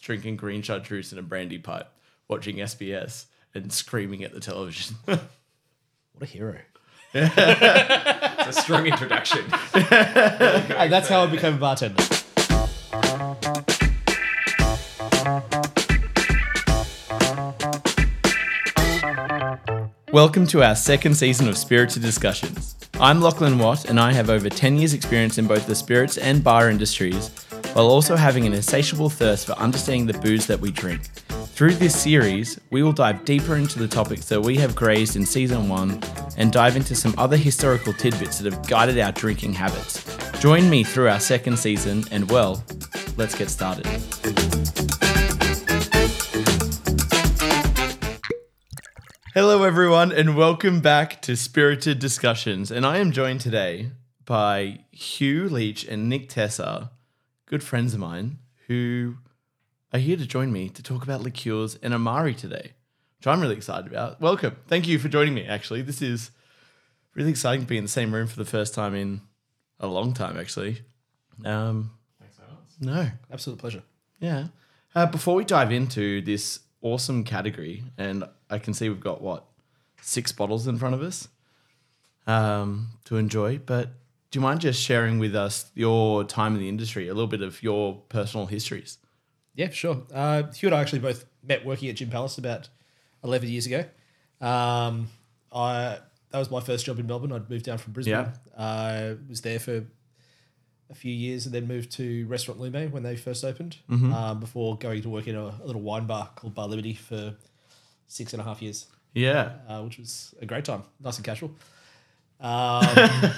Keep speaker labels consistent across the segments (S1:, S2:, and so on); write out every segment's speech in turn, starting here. S1: drinking green chartreuse in a brandy pipe, watching SBS, and screaming at the television.
S2: What a hero.
S3: It's a strong introduction.
S2: And that's how I became a bartender.
S1: Welcome to our second season of Spirited Discussions. I'm Lachlan Watt, and I have over 10 years' experience in both the spirits and bar industries, while also having an insatiable thirst for understanding the booze that we drink. Through this series, we will dive deeper into the topics that we have grazed in season one and dive into some other historical tidbits that have guided our drinking habits. Join me through our second season, and well, let's get started. Hello, everyone, and welcome back to Spirited Discussions. And I am joined today by Hugh Leach and Nick Tessa, good friends of mine, who are here to join me to talk about liqueurs and Amari today, which I'm really excited about. Welcome. Thank you for joining me, actually. This is really exciting to be in the same room for the first time in a long time, actually. Um, no.
S2: Absolute pleasure.
S1: Yeah. Uh, before we dive into this awesome category, and I can see we've got what six bottles in front of us um, to enjoy. But do you mind just sharing with us your time in the industry, a little bit of your personal histories?
S2: Yeah, for sure. Uh, Hugh and I actually both met working at Gym Palace about 11 years ago. Um, I That was my first job in Melbourne. I'd moved down from Brisbane.
S1: Yeah.
S2: I was there for a few years and then moved to Restaurant Lume when they first opened um, before going to work in a, a little wine bar called Bar Liberty for six and a half years.
S1: Yeah.
S2: uh, which was a great time, nice and casual. Um,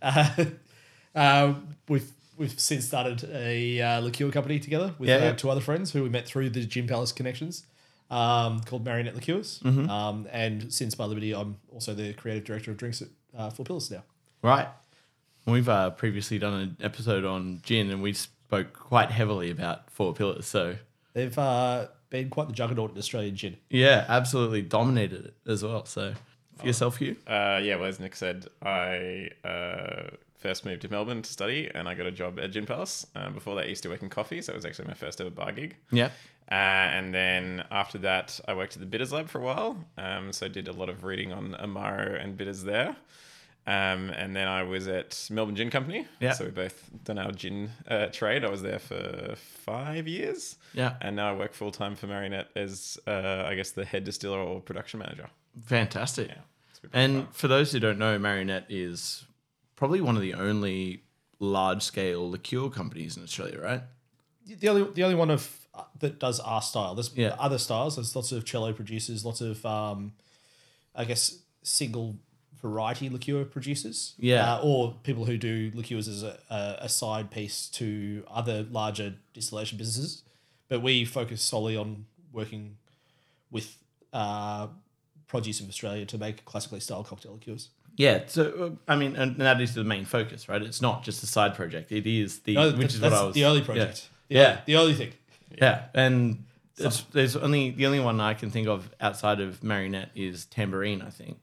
S2: uh, uh, we've we've since started a uh, liqueur company together with
S1: Yeah,
S2: uh,
S1: yeah.
S2: two other friends who we met through the Gym Palace connections, um, called Marionette Liqueurs.
S1: Mm-hmm.
S2: Um, and since by Liberty, I'm also the creative director of drinks at uh, Four Pillars now.
S1: Right. We've uh, previously done an episode on gin, and we spoke quite heavily about four pillars. So
S2: They've uh, been quite the juggernaut in Australian gin.
S1: yeah, absolutely dominated it as well. So for yourself, Hugh.
S3: Uh, yeah, well, as Nick said, I uh, first moved to Melbourne to study, and I got a job at Gin Palace. Um, before that, I used to work in coffee, so it was actually my first ever bar gig.
S1: Yeah.
S3: Uh, and then after that, I worked at the Bitters Lab for a while. Um, so I did a lot of reading on Amaro and Bitters there. Um, and then I was at Melbourne Gin Company.
S1: Yeah.
S3: So we both done our gin uh, trade. I was there for five years.
S1: Yeah.
S3: And now I work full time for Marionette as, uh, I guess, the head distiller or production manager.
S1: Fantastic.
S3: It's been
S1: And for those who don't know, Marionette is probably one of the only large scale liqueur companies in Australia, right?
S2: the only the only one of uh, that does our style. There's
S1: Yeah.
S2: other styles. There's lots of cello producers, lots of um, I guess single variety liqueur producers.
S1: Yeah.
S2: uh, or people who do liqueurs as a, a, a side piece to other larger distillation businesses. But we focus solely on working with uh, produce of Australia to make classically style cocktail liqueurs.
S1: Yeah. So, uh, I mean, and that is the main focus, right? It's not just a side project. It is the,
S2: No,
S1: which
S2: th-
S1: is what
S2: that's
S1: I was.
S2: the only
S1: yeah.
S2: project.
S1: Yeah.
S2: The, the only thing.
S1: Yeah. And it's, there's only, the only one I can think of outside of Marionette is Tambourine, I think.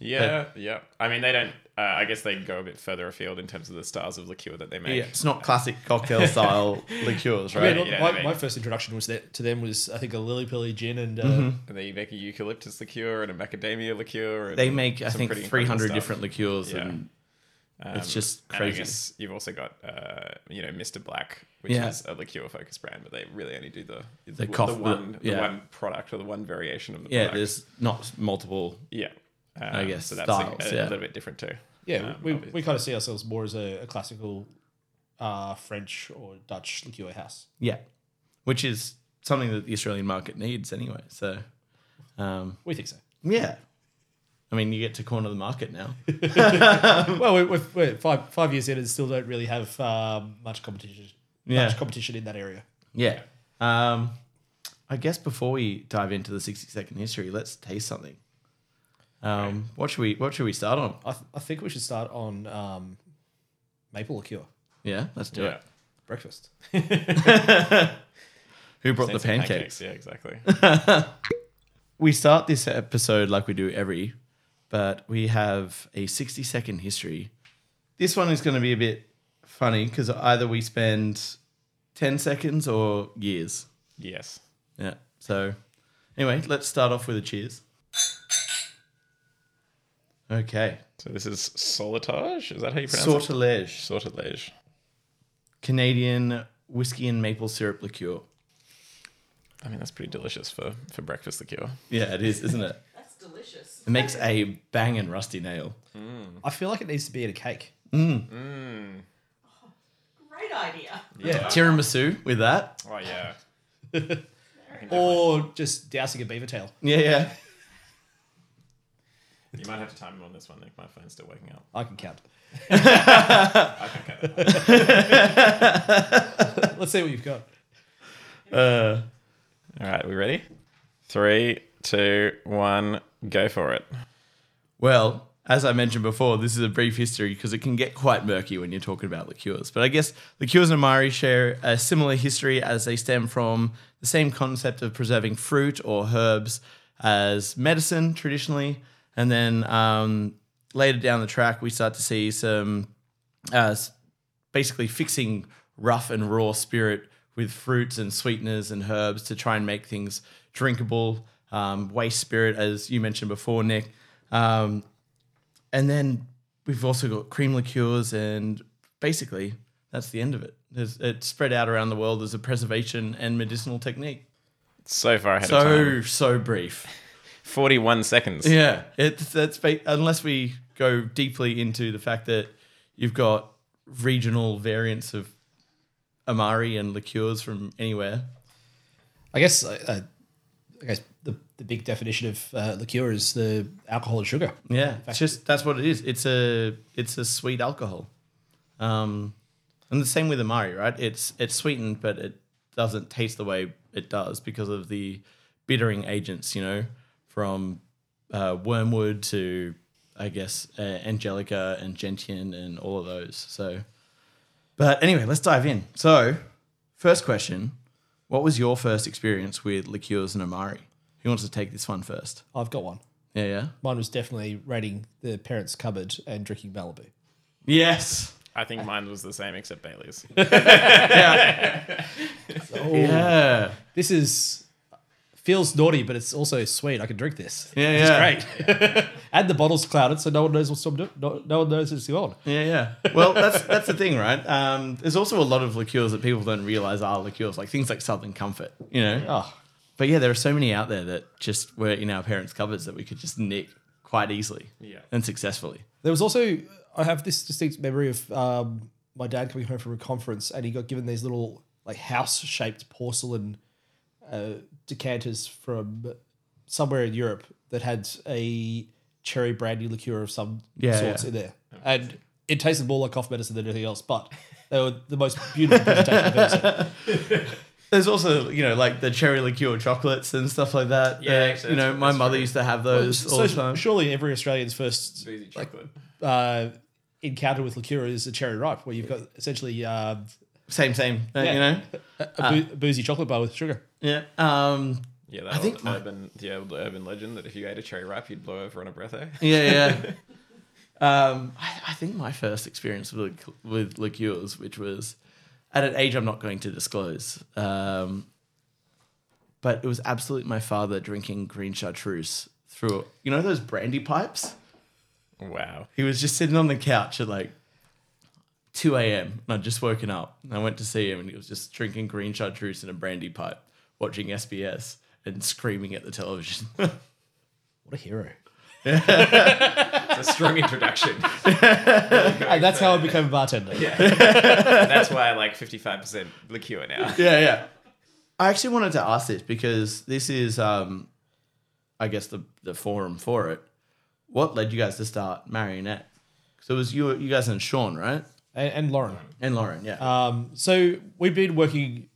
S3: Yeah, yeah. I mean, they don't. Uh, I guess they go a bit further afield in terms of the styles of liqueur that they make.
S1: Yeah. It's not classic cocktail style liqueurs,
S2: Yeah,
S1: right?
S2: no,
S3: yeah,
S2: my,
S3: I mean-
S2: my first introduction was that to them was I think a lily pilly gin and uh,
S3: They make a eucalyptus liqueur and a macadamia liqueur. And
S1: They make, I
S3: some
S1: think,
S3: pretty
S1: 300
S3: incredible stuff.
S1: different liqueurs.
S3: Yeah.
S1: And it's
S3: Um,
S1: just
S3: and I
S1: crazy.
S3: guess you've also got, uh, you know, Mister Black, which
S1: Yeah.
S3: is a liqueur focused brand, but they really only do the the,
S1: cough- the-
S3: one the
S1: yeah.
S3: one product or the one variation of the
S1: Yeah.
S3: product.
S1: There's not multiple.
S3: yeah. Um,
S1: guess
S3: so that's like,
S1: styles,
S3: a,
S1: yeah.
S3: little bit different too.
S2: Yeah,
S3: Um,
S2: we,
S3: obviously.
S2: we kind of see ourselves more as a, a classical uh, French or Dutch liqueur house.
S1: Yeah, which is something that the Australian market needs anyway. So, um,
S2: We think so.
S1: yeah, I mean, you get to corner the market now.
S2: Well, we're, we're, we're five five years in and still don't really have um, much competition.
S1: Yeah.
S2: Much competition in that area.
S1: yeah. Um, I guess before we dive into the sixty second history, let's taste something. Um, what should we What should we start on?
S2: I, th- I think we should start on um, maple liqueur
S1: Yeah, let's do
S3: Yeah.
S1: it.
S2: breakfast.
S1: Who brought
S3: Sense
S1: the
S3: of
S1: pancakes?
S3: Yeah, exactly.
S1: We start this episode like we do every, but we have a sixty second history. This one is going to be a bit funny because either we spend ten seconds or years.
S3: Yes.
S1: Yeah. So, anyway, let's start off with a cheers. Okay.
S3: So this is Solitage. Is that how you pronounce it?
S1: Sortilege.
S3: Sortilege.
S1: Canadian whiskey and maple syrup liqueur.
S3: I mean, that's pretty delicious for, for breakfast liqueur.
S1: Yeah, it is, isn't it?
S4: That's delicious.
S1: It makes a banging rusty nail.
S2: I feel like it needs to be in a cake.
S4: Great idea.
S2: Yeah.
S1: Tiramisu with that.
S3: Oh, yeah.
S2: Or just dousing a beaver tail.
S1: Yeah, yeah.
S3: You might have to time me on this one, Nick. My phone's still waking up.
S2: I can count.
S3: I can cut that.
S2: Let's see what you've got.
S1: Uh,
S3: All right, we ready? Three, two, one, go for it.
S1: well, as I mentioned before, this is a brief history because it can get quite murky when you're talking about liqueurs. But I guess liqueurs and amari share a similar history as they stem from the same concept of preserving fruit or herbs as medicine traditionally. And then um, later down the track, we start to see some uh, s- basically fixing rough and raw spirit with fruits and sweeteners and herbs to try and make things drinkable. Um, waste spirit, as you mentioned before, Nick. Um, and then we've also got cream liqueurs, and basically that's the end of it. There's, it's spread out around the world as a preservation and medicinal technique.
S3: So far ahead of time.
S1: So so brief.
S3: 41 seconds.
S1: Yeah, it's that's ba- unless we go deeply into the fact that you've got regional variants of amari and liqueurs from anywhere.
S2: I guess I, I, I guess the, the big definition of uh, liqueur is the alcohol and sugar.
S1: Yeah, it's just that's what it is. It's a it's a sweet alcohol, um, and the same with amari, right? It's it's sweetened, but it doesn't taste the way it does because of the bittering agents, you know, from uh, wormwood to I guess uh, angelica and gentian and all of those. So, but anyway, let's dive in. So, first question: What was your first experience with liqueurs and amari? Who wants to take this one first?
S2: I've got one.
S1: Yeah, yeah.
S2: Mine was definitely raiding the parents' cupboard and drinking Malibu.
S1: Yes.
S3: I think mine was the same except Bailey's.
S1: Yeah.
S2: This is feels naughty, but it's also sweet. I can drink this.
S1: Yeah,
S2: It's
S1: yeah.
S2: great. and the bottle's clouded, so no one knows what's on. No, no one knows it's on.
S1: Yeah, yeah. Well, that's that's the thing, right? Um, there's also a lot of liqueurs that people don't realize are liqueurs, like things like Southern Comfort, you know.
S2: Oh,
S1: But yeah, there are so many out there that just were in our parents' cupboards that we could just nick quite easily
S3: Yeah.
S1: and successfully.
S2: There was also I have this distinct memory of um, my dad coming home from a conference, and he got given these little like house shaped porcelain uh, decanters from somewhere in Europe that had a cherry brandy liqueur of some
S1: Yeah,
S2: sorts
S1: yeah.
S2: in there, and it tasted more like cough medicine than anything else. But they were the most beautiful presentation I've ever seen.
S1: There's also, you know, like the cherry liqueur chocolates and stuff like that.
S3: Yeah,
S1: Uh,
S3: actually,
S1: you know,
S3: that's-
S1: my
S3: that's
S1: mother
S3: true.
S1: used to have those all
S2: So
S1: the time.
S2: surely every Australian's first
S3: Boozy chocolate.
S2: uh, encounter with liqueur is a cherry ripe, where you've got essentially uh,
S1: Same, same. uh,
S2: Yeah.
S1: You know.
S2: a, a boo- boozy chocolate bar with sugar.
S1: Yeah. Um,
S3: Yeah, that
S1: I think
S3: old
S1: my-
S3: urban, the old urban legend that if you ate a cherry ripe, you'd blow over on a breatho.
S1: Yeah, yeah. um, I, I think my first experience with lic- with liqueurs, which was at an age I'm not going to disclose, um, but it was absolutely my father drinking green chartreuse through you know those brandy pipes.
S3: Wow.
S1: He was just sitting on the couch at like. 2 a.m. and I'd just woken up and I went to see him and he was just drinking green chartreuse in a brandy pipe, watching SBS and screaming at the television.
S2: What a hero.
S3: It's a strong introduction.
S2: And that's how I became a bartender.
S3: That's why I like 55% liqueur now.
S1: yeah, yeah. I actually wanted to ask this because this is, um, I guess, the the forum for it. What led you guys to start Marionette? So it was you, you guys, and Sean, right?
S2: And, and Lauren.
S1: And Lauren, yeah.
S2: Um, so we've been working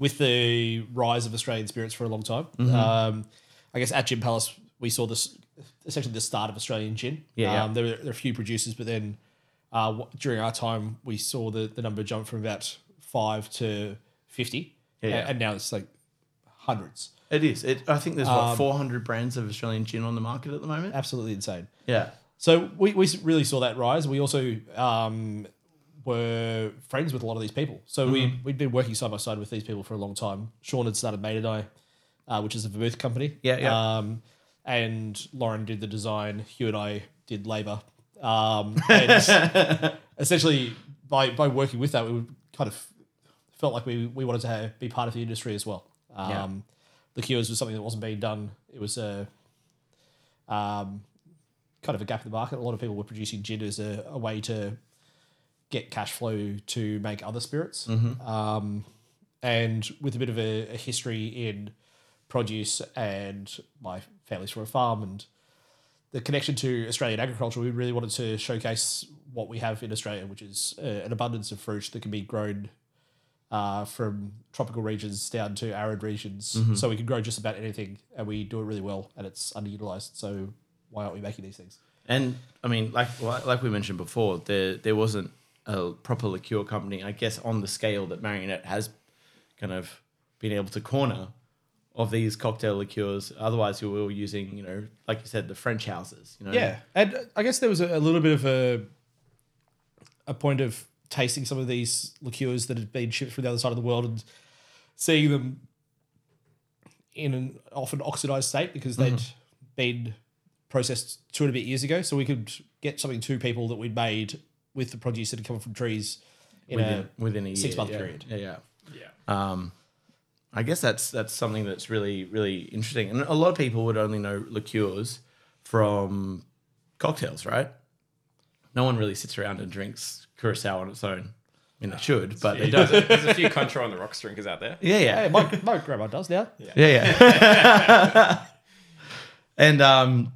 S2: with the rise of Australian spirits for a long time.
S1: Mm-hmm.
S2: Um, I guess at Gin Palace, we saw this essentially the start of Australian gin.
S1: Yeah, yeah.
S2: Um, there, were, there were a few producers, but then uh, w- during our time, we saw the, the number jump from about five to 50.
S1: Yeah, yeah.
S2: And, and now it's like hundreds.
S1: it is. It, I think there's what 400 brands of Australian gin on the market at the
S2: uh,
S1: moment.
S2: Absolutely insane.
S1: Yeah,
S2: So we, we really saw that rise. We also um, were friends with a lot of these people. So we
S1: Mm-hmm.
S2: we'd been working side by side with these people for a long time. Sean had started Made and I, uh, which is a vermouth company.
S1: Yeah, yeah.
S2: Um, and Lauren did the design. Hugh and I did labor. Um, and essentially, by by working with that, we kind of felt like we we wanted to have, be part of the industry as well. Um,
S1: Yeah.
S2: The cures was something that wasn't being done. It was a um, kind of a gap in the market. A lot of people were producing gin as a, a way to get cash flow to make other spirits. Um, and with a bit of a, a history in produce and my family's from a farm and the connection to Australian agriculture, we really wanted to showcase what we have in Australia, which is uh, an abundance of fruit that can be grown uh, from tropical regions down to arid regions. So we can grow just about anything, and we do it really well, and it's underutilized. So why aren't we making these things?
S1: And I mean, like like like we mentioned before, there there wasn't a proper liqueur company, I guess, on the scale that Marionette has kind of been able to corner of these cocktail liqueurs. Otherwise, you were using, you know, like you said, the French houses. You know,
S2: Yeah, and uh, I guess there was a, a little bit of a a point of tasting some of these liqueurs that had been shipped from the other side of the world and seeing them in an often oxidized state because they'd been processed two and a bit years ago. So we could get something to people that we'd made with the produce that had come from trees in
S1: within,
S2: a
S1: within a year,
S2: six-month
S1: yeah.
S2: Uh, period.
S1: Yeah, yeah.
S3: Yeah.
S1: Um, I guess that's that's something that's really really interesting, and a lot of people would only know liqueurs from cocktails, right? No one really sits around and drinks curacao on its own. I mean, they should, but they
S3: There's
S1: don't.
S3: a, there's a few Contro and the Rocks drinkers out there.
S1: Yeah, yeah,
S2: Hey, my, my grandma does now.
S1: yeah, yeah. and um,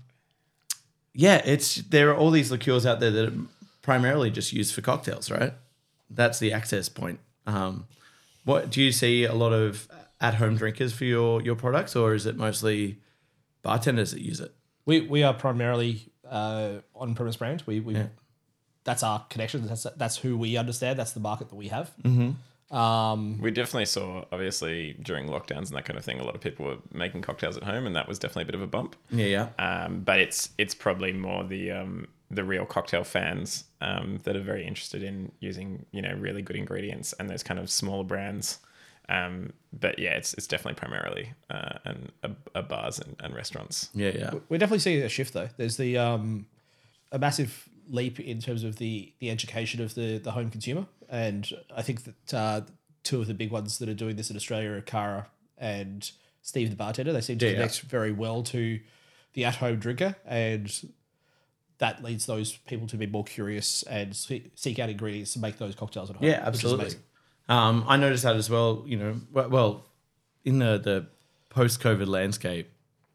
S1: yeah, it's there are all these liqueurs out there that are primarily just used for cocktails, right? That's the access point. Um, what do you see a lot of at-home drinkers for your your products, or is it mostly bartenders that use it?
S2: We we are primarily uh, on premise brand. We we that's our connection. That's that's who we understand. That's the market that we have. Um,
S3: We definitely saw, obviously, during lockdowns and that kind of thing, a lot of people were making cocktails at home, and that was definitely a bit of a bump.
S1: Yeah, yeah,
S3: Um, but it's it's probably more the um, the real cocktail fans um, that are very interested in using you know really good ingredients and those kind of smaller brands. Um, but yeah, it's it's definitely primarily uh, and a, a bars and, and restaurants.
S1: yeah, yeah.
S2: we're definitely seeing a shift though. There's the um, a massive leap in terms of the the education of the the home consumer, and I think that uh, two of the big ones that are doing this in Australia are Cara and Steve the bartender. They seem to
S1: Yeah.
S2: connect very well to the at home drinker, and that leads those people to be more curious and se- seek out ingredients to make those cocktails at home.
S1: Yeah,
S2: which is
S1: absolutely.
S2: amazing.
S1: Um, I noticed that as well. You know, w- well, in the the post COVID landscape,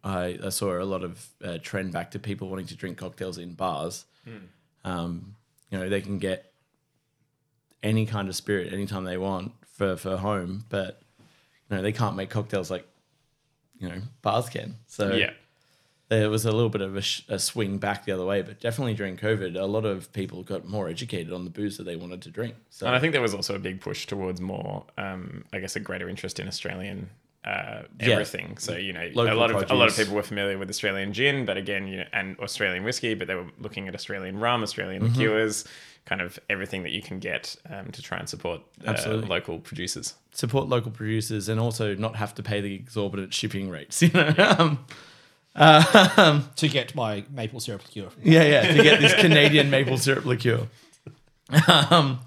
S1: I, I saw a lot of uh, trend back to people wanting to drink cocktails in bars.
S2: Hmm.
S1: Um, you know, they can get any kind of spirit anytime they want for for home, but you know they can't make cocktails like you know bars can. So
S3: Yeah,
S1: there was a little bit of a, sh- a swing back the other way, but definitely during COVID, a lot of people got more educated on the booze that they wanted to drink. So
S3: and I think there was also a big push towards more, um, I guess, a greater interest in Australian uh,
S1: Yeah.
S3: everything. So you know,
S1: Local
S3: a lot of a lot of
S1: produce.
S3: people were familiar with Australian gin, but again, you know, and Australian whiskey, but they were looking at Australian rum, Australian
S1: Mm-hmm.
S3: liqueurs, kind of everything that you can get um, to try and support uh,
S1: Absolutely.
S3: local producers.
S1: support local producers and also not have to pay the exorbitant shipping rates. You know, um, um,
S2: To get my maple syrup liqueur.
S1: yeah, yeah, to get this Canadian maple syrup liqueur. Um,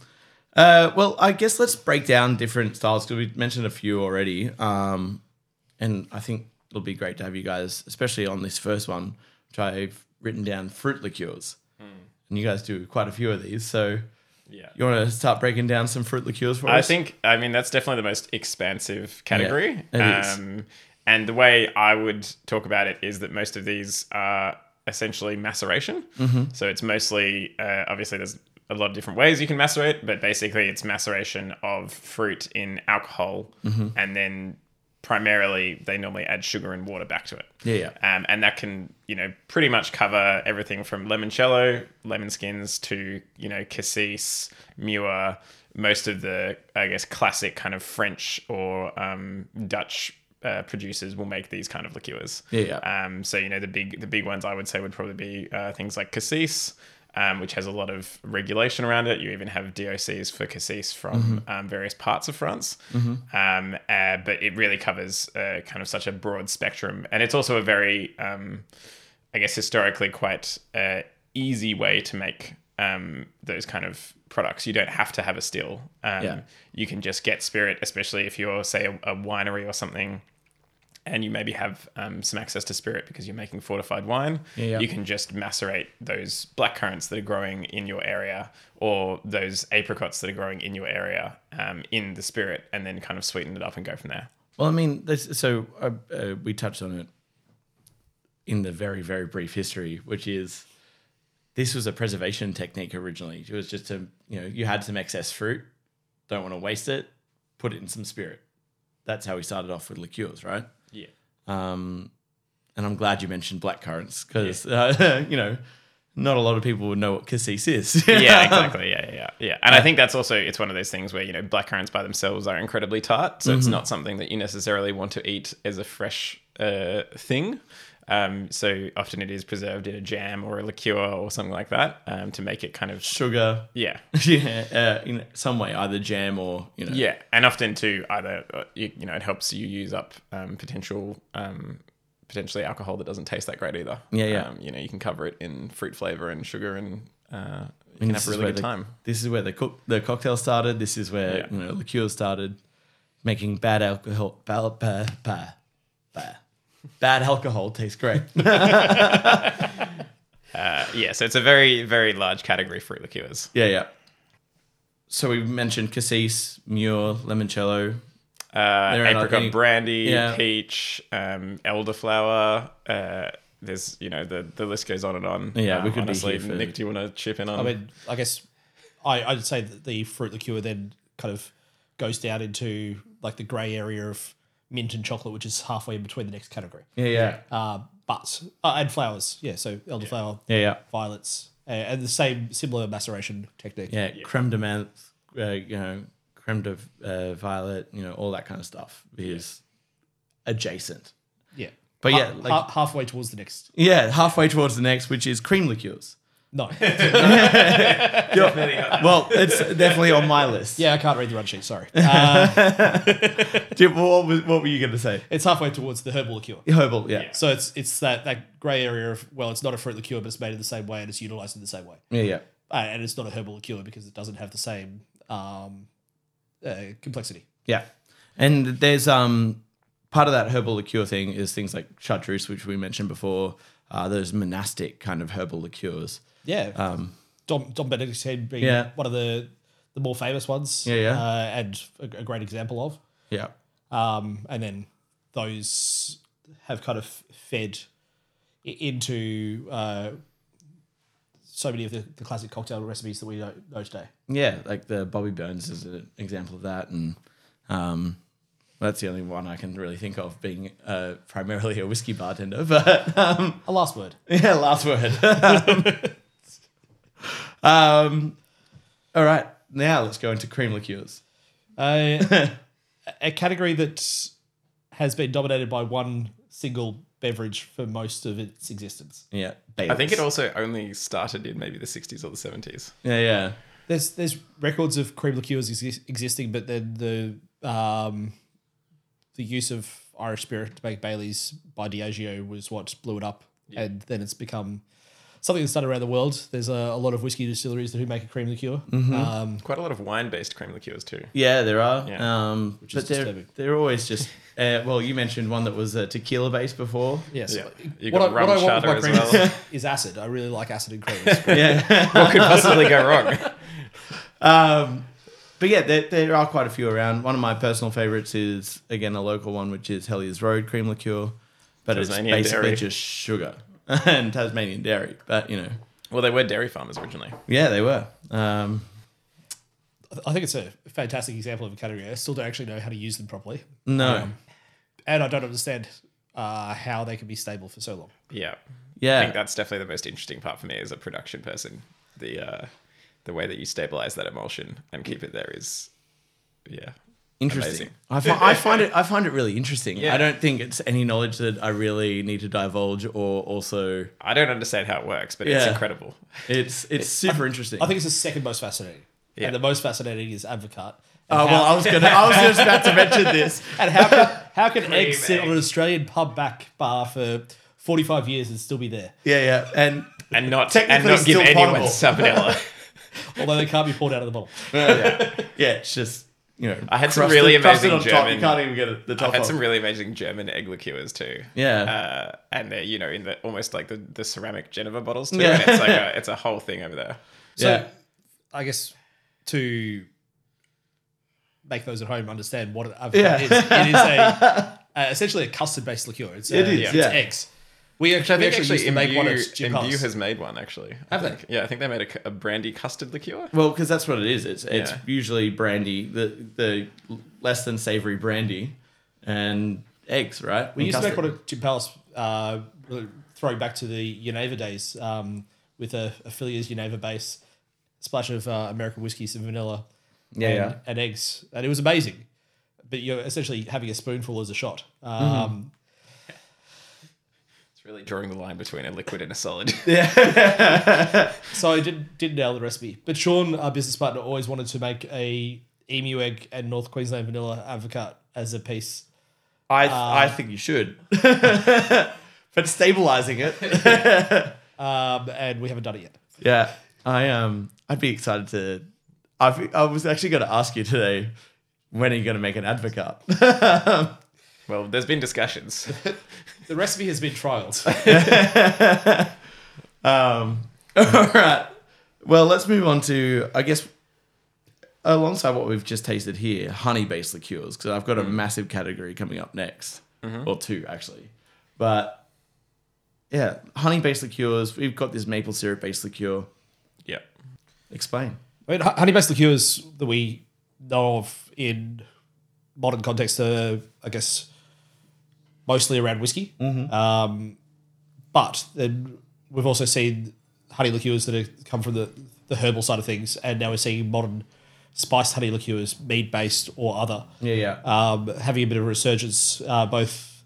S1: uh, well, I guess let's break down different styles because we mentioned a few already, um, and I think it'll be great to have you guys, especially on this first one, which I've written down fruit liqueurs, and you guys do quite a few of these. So,
S3: Hmm. Yeah.
S1: you want to start breaking down some fruit liqueurs for
S3: I
S1: us?
S3: think I mean that's definitely the most expansive category.
S1: it is.
S3: um, and the way I would talk about it is that most of these are essentially maceration.
S1: Mm-hmm.
S3: So it's mostly uh, obviously there's a lot of different ways you can macerate, but basically it's maceration of fruit in alcohol,
S1: Mm-hmm.
S3: and then primarily they normally add sugar and water back to it.
S1: Yeah, yeah.
S3: Um, and that can, you know, pretty much cover everything from limoncello, lemon skins to, you know, cassis, muir, most of the, I guess, classic kind of French or um, Dutch uh, producers will make these kind of liqueurs.
S1: Yeah, yeah.
S3: Um, so you know the big the big ones I would say would probably be uh, things like cassis, um, which has a lot of regulation around it. You even have DOCs for cassis from
S1: Mm-hmm.
S3: um, various parts of France. Um, uh, but it really covers uh, kind of such a broad spectrum. And it's also a very, um, I guess, historically quite uh, easy way to make um, those kind of products. You don't have to have a still. Um,
S1: Yeah.
S3: You can just get spirit, especially if you're, say, a, a winery or something and you maybe have um, some access to spirit because you're making fortified wine,
S1: yeah.
S3: you can just macerate those black currants that are growing in your area or those apricots that are growing in your area um, in the spirit and then kind of sweeten it up and go from there.
S1: Well, I mean, this, so uh, uh, we touched on it in the very, very brief history, which is this was a preservation technique originally. It was just to, you know, you had some excess fruit, don't want to waste it, put it in some spirit. That's how we started off with liqueurs, right?
S3: Yeah.
S1: Um, and I'm glad you mentioned blackcurrants because, uh, you know, not a lot of people would know what cassis is.
S3: yeah, exactly. Yeah, yeah, yeah, yeah. And I think that's also it's one of those things where you know blackcurrants by themselves are incredibly tart, so
S1: Mm-hmm.
S3: it's not something that you necessarily want to eat as a fresh uh, thing. Um, so often it is preserved in a jam or a liqueur or something like that um, to make it kind of
S1: Sugar,
S3: yeah.
S1: yeah, uh, in some way, either jam or, you know.
S3: Yeah, and often too, either uh, you, you know it helps you use up um, potential um, potentially alcohol that doesn't taste that great either.
S1: Yeah, yeah.
S3: Um, you know, you can cover it in fruit flavor and sugar, and uh, you
S1: And
S3: can
S1: this
S3: have
S1: is
S3: a really
S1: where
S3: good
S1: the-
S3: time.
S1: This is where the cook, the cocktail started. This is where
S3: Yeah.
S1: you know liqueur started, making bad alcohol ba, ba, ba, ba. bad alcohol taste great.
S3: Uh, yeah, so it's a very very large category fruit liqueurs.
S1: yeah, yeah. So we mentioned cassis, muir, limoncello.
S3: Uh,
S1: They're in, I
S3: apricot
S1: think-
S3: brandy,
S1: Yeah.
S3: peach, um, elderflower. Uh, there's you know the the list goes on and on.
S1: Yeah,
S3: Uh,
S1: we could be
S3: honestly,
S1: here for-
S3: Nick, do you want to chip in on?
S2: I mean, I guess I, I'd say that the fruit liqueur then kind of goes down into like the grey area of mint and chocolate, which is halfway between the next category.
S1: Yeah, yeah,
S2: Uh, but uh, and flowers, yeah. So elderflower,
S1: yeah, yeah,
S2: violets, uh, and the same similar maceration technique.
S1: yeah. Creme de menthe, uh, you know, creme de uh, violet, you know, all that kind of stuff is adjacent.
S2: yeah.
S1: But
S2: Ha-
S1: yeah, like
S2: ha- halfway towards the next.
S1: yeah, halfway towards the next, which is cream liqueurs.
S2: No,
S1: Well, it's definitely on my list.
S2: yeah, I can't read the run sheet. Sorry, uh,
S1: Jim, what, was, what were you going to say?
S2: it's halfway towards the herbal liqueur.
S1: Herbal, yeah.
S2: So it's it's that that grey area of well, it's not a fruit liqueur, but it's made in the same way and it's utilized in the same way.
S1: Yeah, yeah.
S2: uh, and it's not a herbal liqueur because it doesn't have the same um, uh, complexity.
S1: Yeah. And there's um part of that herbal liqueur thing is things like chartreuse, which we mentioned before, uh, those monastic kind of herbal liqueurs.
S2: Yeah, um, Dom Dom Benedictine being
S1: Yeah.
S2: one of the the more famous ones.
S1: Yeah, yeah.
S2: uh, and a, a great example of.
S1: Yeah.
S2: Um, and then those have kind of fed i- into uh, so many of the, the classic cocktail recipes that we know, know today.
S1: Yeah, like the Bobby Burns is an example of that. And um that's the only one I can really think of being uh, primarily a whiskey bartender. But um,
S2: A last word.
S1: yeah, last word. um, all right, now let's go into cream liqueurs.
S2: Uh, a category that has been dominated by one single beverage for most of its existence.
S1: Yeah,
S3: I think it
S1: Baileys.
S3: also only started in maybe the 60s or the 70s.
S1: Yeah, yeah.
S2: There's there's records of cream liqueurs exi- existing, but then the um, the use of Irish spirit to make Baileys by Diageo was what blew it up, and then it's become something that's done around the world. There's a, a lot of whiskey distilleries that who make a cream liqueur.
S3: Mm-hmm.
S2: Um,
S3: Quite a lot of wine-based cream liqueurs too.
S1: Yeah, there are.
S3: Yeah.
S1: Um,
S2: is
S1: but they're,
S2: disturbing.
S1: they're always just. Uh, well, you mentioned one that was uh, tequila based before.
S2: yes.
S3: Yeah. You
S2: What I,
S3: got
S2: what
S3: rum
S2: I want
S3: chata as
S2: with my cream
S3: well.
S2: is acid. I really like acid in cream.
S1: Yeah.
S3: what could possibly go wrong?
S1: um, but yeah, there, there are quite a few around. One of my personal favorites is, again, a local one, which is Hellier's Road cream liqueur. But
S3: Tasmanian
S1: it's basically
S3: dairy.
S1: just sugar and Tasmanian dairy. But, you know,
S3: Well, they were dairy farmers originally.
S1: yeah, they were. Um,
S2: I think it's a fantastic example of a category. I still don't actually know how to use them properly,
S1: no.
S2: and I don't understand uh, how they can be stable for so long.
S3: Yeah. I
S1: yeah.
S3: think that's definitely the most interesting part for me as a production person. The uh, the way that you stabilize that emulsion and keep it there is, yeah,
S1: Interesting.
S3: Amazing.
S1: I, fi- I find it. I find it really interesting.
S3: Yeah.
S1: I don't think it's any knowledge that I really need to divulge, or also
S3: I don't understand how it works, but it's
S1: Yeah.
S3: incredible.
S1: it's it's super interesting.
S2: I think it's the second most fascinating.
S3: Yeah.
S2: And the most fascinating is Advocat.
S1: Oh well, I was gonna. I was just about to mention this.
S2: And how can, how can
S3: Cream
S2: eggs sit on an
S3: egg.
S2: Australian pub back bar for 45 years and still be there?
S1: Yeah, yeah, and
S3: And not and
S1: Technically
S3: not give
S1: still
S3: anyone
S1: potable.
S3: salmonella.
S2: Although they can't be poured out of the bottle.
S1: yeah, it's just you know.
S3: I had some
S1: crusted-
S3: really
S1: crusted
S3: amazing
S1: on top. You
S3: German-
S1: can't even get it, the top.
S3: I've had
S1: off.
S3: some really amazing German egg liqueurs too.
S1: yeah,
S3: Uh, and they're you know in the almost like the, the ceramic Geneva bottles too.
S1: Yeah.
S3: And it's like a, it's a whole thing over there.
S2: So
S1: Yeah.
S2: I guess to make those at home understand what an
S1: Yeah.
S2: avocado is, it is a, uh, essentially a custard based liqueur. It's, uh,
S1: It is,
S2: It's
S1: yeah.
S2: eggs. We actually,
S3: I
S2: we
S3: think
S2: actually
S3: actually
S2: used to make one at
S3: Imbue,
S2: Jim
S3: Imbue
S2: Huss.
S3: has made one actually.
S2: Have they?
S3: think. Yeah, I think they made a, cu- a brandy custard liqueur.
S1: well, because that's what it is. It's it's
S3: Yeah.
S1: usually brandy, the the less than savory brandy, and eggs, right?
S2: We used to make one at Jim Palace, uh, really throwing back to the Unava days um, with a, a Phillies Unava base, splash of uh, American whiskey, some vanilla,
S1: Yeah,
S2: and,
S1: yeah.
S2: and eggs. And it was amazing. But you're essentially having a spoonful as a shot. Um,
S3: It's really drawing the line between a liquid and a solid.
S2: So I did did nail the recipe. But Sean, our business partner, always wanted to make a emu egg and North Queensland vanilla avocado as a piece.
S1: I I think you should, Uh, but stabilizing it.
S2: Um, and we haven't done it yet.
S1: Yeah, I um, I'd be excited to. I've, I was actually going to ask you today, when are you going to make an advocate?
S3: well, there's been discussions.
S2: The recipe has been trialed.
S1: um, all right. Well, let's move on to I guess alongside what we've just tasted here, honey-based liqueurs, because I've got a massive category coming up next, or two actually, but. Yeah, honey-based liqueurs. We've got this maple syrup-based liqueur.
S3: yeah.
S1: Explain.
S2: I mean, honey based liqueurs that we know of in modern context are, I guess, mostly around whiskey.
S1: Mm-hmm.
S2: Um, but then we've also seen honey liqueurs that have come from the, the herbal side of things, and now we're seeing modern spiced honey liqueurs, mead based or other,
S1: Yeah, yeah.
S2: um, having a bit of a resurgence uh, both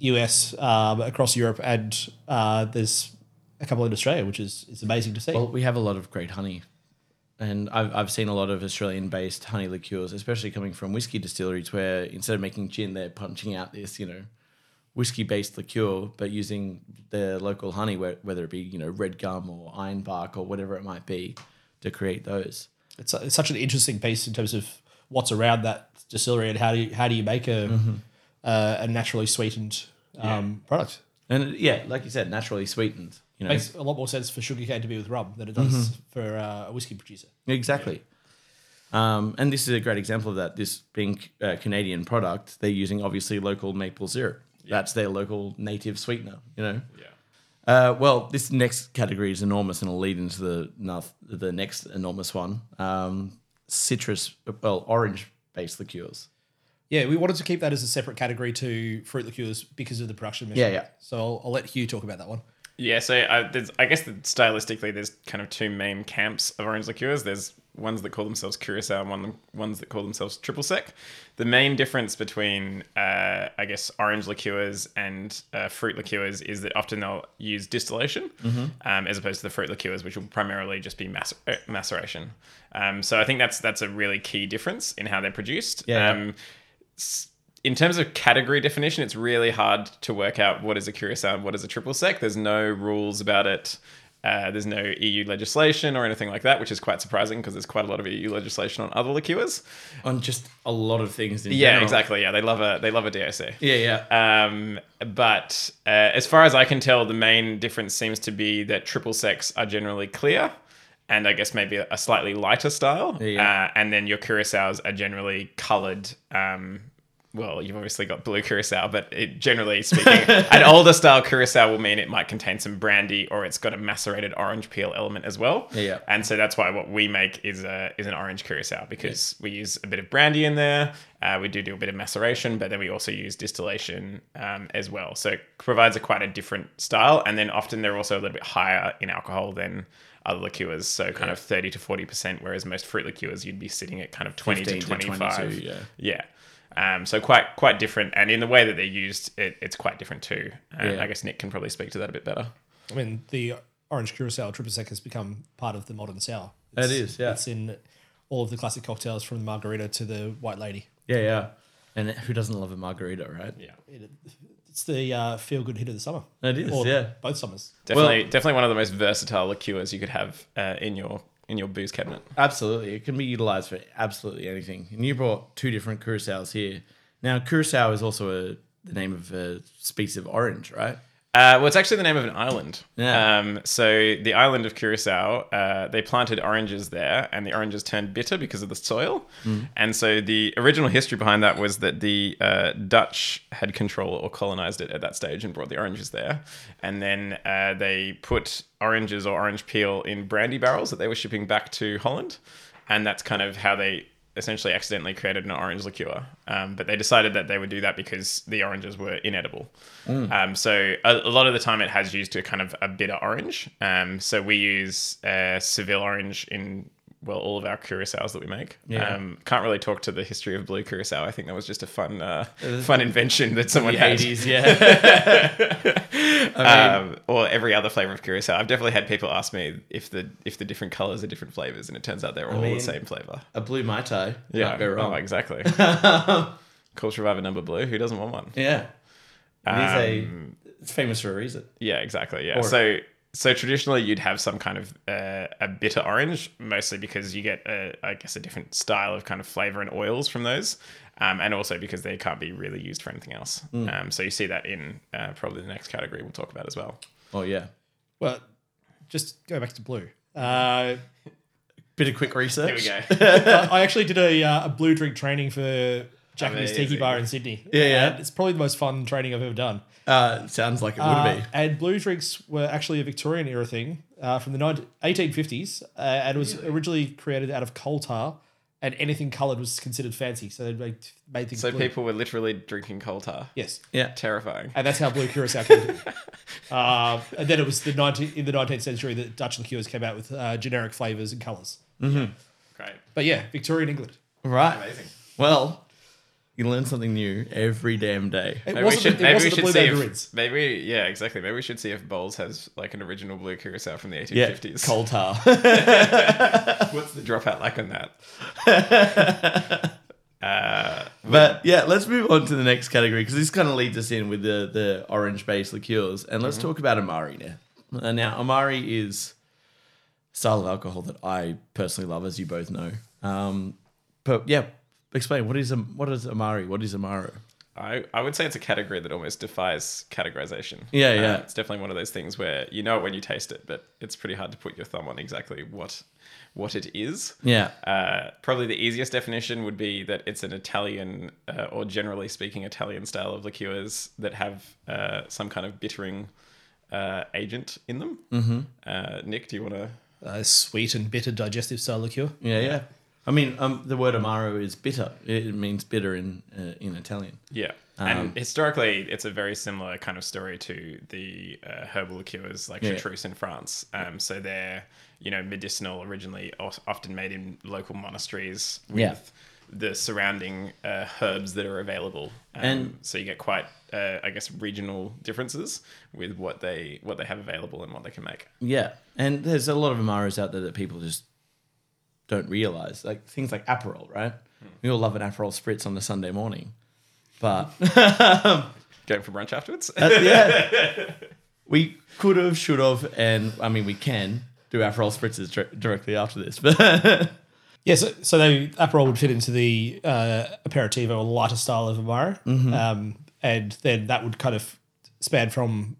S2: US, um, across Europe, and uh, there's a couple in Australia, which is it's amazing to see.
S1: Well, we have a lot of great honey. And I've, I've seen a lot of Australian based honey liqueurs, especially coming from whiskey distilleries, where instead of making gin, they're punching out this, you know, whiskey based liqueur, but using their local honey, whe- whether it be, you know, red gum or ironbark or whatever it might be, to create those.
S2: it's, it's such an interesting piece in terms of what's around that distillery and how do you, how do you make a
S1: Mm-hmm.
S2: uh, a naturally sweetened um, product?
S1: And yeah, like you said, naturally sweetened, you know.
S2: Makes a lot more sense for sugarcane to be with rum than it does
S1: Mm-hmm.
S2: for uh, a whiskey producer.
S1: Exactly. Um, and this is a great example of that. This being a Canadian product, they're using obviously local maple syrup. That's their local native sweetener, you know? Yeah. Uh, well, this next category is enormous and will lead into the, noth- the next enormous one um, citrus, well, orange based liqueurs.
S2: Yeah, we wanted to keep that as a separate category to fruit liqueurs because of the production.
S1: Yeah,
S2: Mission.
S1: yeah.
S2: So I'll, I'll let Hugh talk about that one.
S3: Yeah, so I, there's, I guess that stylistically, there's kind of two main camps of orange liqueurs. There's ones that call themselves curacao and one, ones that call themselves triple sec. The main difference between, uh, I guess, orange liqueurs and uh, fruit liqueurs is that often they'll use distillation um, as opposed to the fruit liqueurs, which will primarily just be macer- uh, maceration. Um, so I think that's that's a really key difference in how they're produced.
S1: Yeah.
S3: Um, s- in terms of category definition, it's really hard to work out what is a curacao and what is a triple sec. There's no rules about it. Uh, there's no EU legislation or anything like that, which is quite surprising because there's quite a lot of EU legislation on other liqueurs.
S1: On just a lot of things in
S3: Yeah,
S1: general.
S3: exactly. Yeah, they love a they love a DOC.
S1: Yeah, yeah.
S3: Um, but uh, as far as I can tell, the main difference seems to be that triple secs are generally clear, and I guess maybe a slightly lighter style.
S1: Yeah.
S3: Uh, and then your curaçaos are generally coloured, um, well, you've obviously got blue curacao, but it, generally speaking, an older style curacao will mean it might contain some brandy or it's got a macerated orange peel element as well.
S1: Yeah, yeah.
S3: And so that's why what we make is a is an orange curacao because we use a bit of brandy in there. Uh, we do do a bit of maceration, but then we also use distillation um, as well. So it provides a quite a different style, and then often they're also a little bit higher in alcohol than other liqueurs. So kind of thirty to forty percent, whereas most fruit liqueurs you'd be sitting at kind of twenty to
S1: 15 to
S3: twenty five.
S1: 22, yeah.
S3: Yeah. Um, so quite quite different, and in the way that they're used, it, it's quite different too. And
S1: Yeah.
S3: I guess Nick can probably speak to that a bit better.
S2: I mean, the orange curacao triple sec has become part of the modern sour.
S1: It
S2: It's,
S1: is, yeah.
S2: It's in all of the classic cocktails from the margarita to the white lady.
S1: Yeah, yeah. And who doesn't love a margarita, right? Yeah.
S2: It, it's the uh, feel good hit of the summer.
S1: It is,
S2: Or
S1: yeah.
S2: Both summers.
S3: Definitely, definitely one of the most versatile liqueurs you could have uh, in your in your booze cabinet.
S1: Absolutely. It can be utilized for absolutely anything. And you brought two different curacaos here. Now, curacao is also a, the name of a species of orange, right?
S3: Uh, well, it's actually the name of an island.
S1: Yeah.
S3: Um, so the island of Curacao, uh, they planted oranges there, and the oranges turned bitter because of the soil. And so the original history behind that was that the uh, Dutch had control or colonized it at that stage and brought the oranges there, and then uh, they put oranges or orange peel in brandy barrels that they were shipping back to Holland, and that's kind of how they essentially accidentally created an orange liqueur. Um, but they decided that they would do that because the oranges were inedible.
S1: Mm.
S3: Um, so a, a lot of the time it has used to kind of a bitter orange. Um, so we use uh, Seville orange in well all of our curacao that we make.
S1: Yeah.
S3: Um, can't really talk to the history of blue curacao. I think that was just a fun uh, fun invention that someone had.
S1: Hades, yeah. I mean,
S3: Um, or every other flavor of curacao. I've definitely had people ask me if the if the different colors are different flavors, and it turns out they're all
S1: mean-
S3: the same flavor.
S1: a blue mai tai.
S3: Yeah,
S1: Can't go wrong.
S3: Oh, exactly. Cool survivor number blue. Who doesn't want one?
S1: Yeah. It is
S3: Um,
S1: a, it's famous for a reason.
S3: Yeah, exactly. Yeah.
S1: Or-
S3: so so traditionally you'd have some kind of uh, a bitter orange, mostly because you get a, I guess a different style of kind of flavor and oils from those, um, and also because they can't be really used for anything else. Um, so you see that in uh, probably the next category we'll talk about as well.
S1: Oh, yeah.
S2: Well, just go back to blue. Uh,
S1: Bit of quick research.
S3: Here we go.
S2: I I actually did a, uh, a blue drink training for Japanese Tiki
S3: Amazing.
S2: Bar in Sydney.
S1: Oh, Yeah, yeah.
S2: And it's probably the most fun training I've ever done.
S1: Uh, sounds like it would
S2: Uh,
S1: be.
S2: and blue drinks were actually a Victorian era thing uh, from the 19- 1850s, uh, and it was originally created out of coal tar, and anything coloured was considered fancy. So they made, made things
S3: So
S2: blue.
S3: people were literally drinking coal tar.
S2: yes,
S1: Yeah.
S3: Terrifying.
S2: and that's how blue curacao came. to be. Uh, and then it was the 19- in the 19th century that Dutch liqueurs came out with uh, generic flavors and colours.
S3: Great.
S2: But yeah, Victorian England.
S1: Right.
S3: Amazing.
S1: Well, you learn something new every damn day.
S2: It
S3: Maybe we
S2: wasn't.
S3: should.
S2: the, it
S3: Maybe we
S2: wasn't the
S3: should
S2: blue
S3: see.
S2: margarines.
S3: If, maybe yeah, exactly. Maybe we should see if Bowles has like an original blue curacao from the
S1: Yeah.
S3: 1850s.
S1: Coal tar.
S3: What's the dropout like on that?
S1: But yeah, let's move on to the next category because this kind of leads us in with the the orange based liqueurs, and let's talk about amari now. Uh, now, amari is a style of alcohol that I personally love, as you both know. Um, but yeah, explain what is am- what is amari? What is amaro?
S3: I, I would say it's a category that almost defies categorization. Uh,
S1: Yeah, yeah.
S3: it's definitely one of those things where you know it when you taste it, but it's pretty hard to put your thumb on exactly what what it is.
S1: Yeah,
S3: Uh, probably the easiest definition would be that it's an Italian, uh, or generally speaking, Italian style of liqueurs that have uh, some kind of bittering uh, agent in them. Mm-hmm. Uh, Nick, do you want to?
S2: Uh, sweet and bitter digestive style liqueur.
S1: yeah, yeah. I mean, um, the word amaro is bitter. It it means bitter in uh, in Italian.
S3: Yeah.
S1: Um,
S3: and historically, it's a very similar kind of story to the uh, herbal liqueurs like
S1: Yeah.
S3: chartreuse in France. Um, so they're, you know, medicinal originally, o- often made in local monasteries with
S1: Yeah.
S3: the surrounding uh, herbs that are available. Um,
S1: And-
S3: so you get quite, uh, I guess, regional differences with what they what they have available and what they can make.
S1: Yeah, and there's a lot of amaros out there that people just don't realize, like things like Aperol, right? We all love an Aperol spritz on a Sunday morning, but
S3: Going for brunch afterwards.
S1: yeah, we could have, should have, and I mean we can do Aperol spritzes dir- directly after this, but
S2: Yeah, so, so they Aperol would fit into the uh, aperitivo or lighter style of Amaro. Um, and then that would kind of span from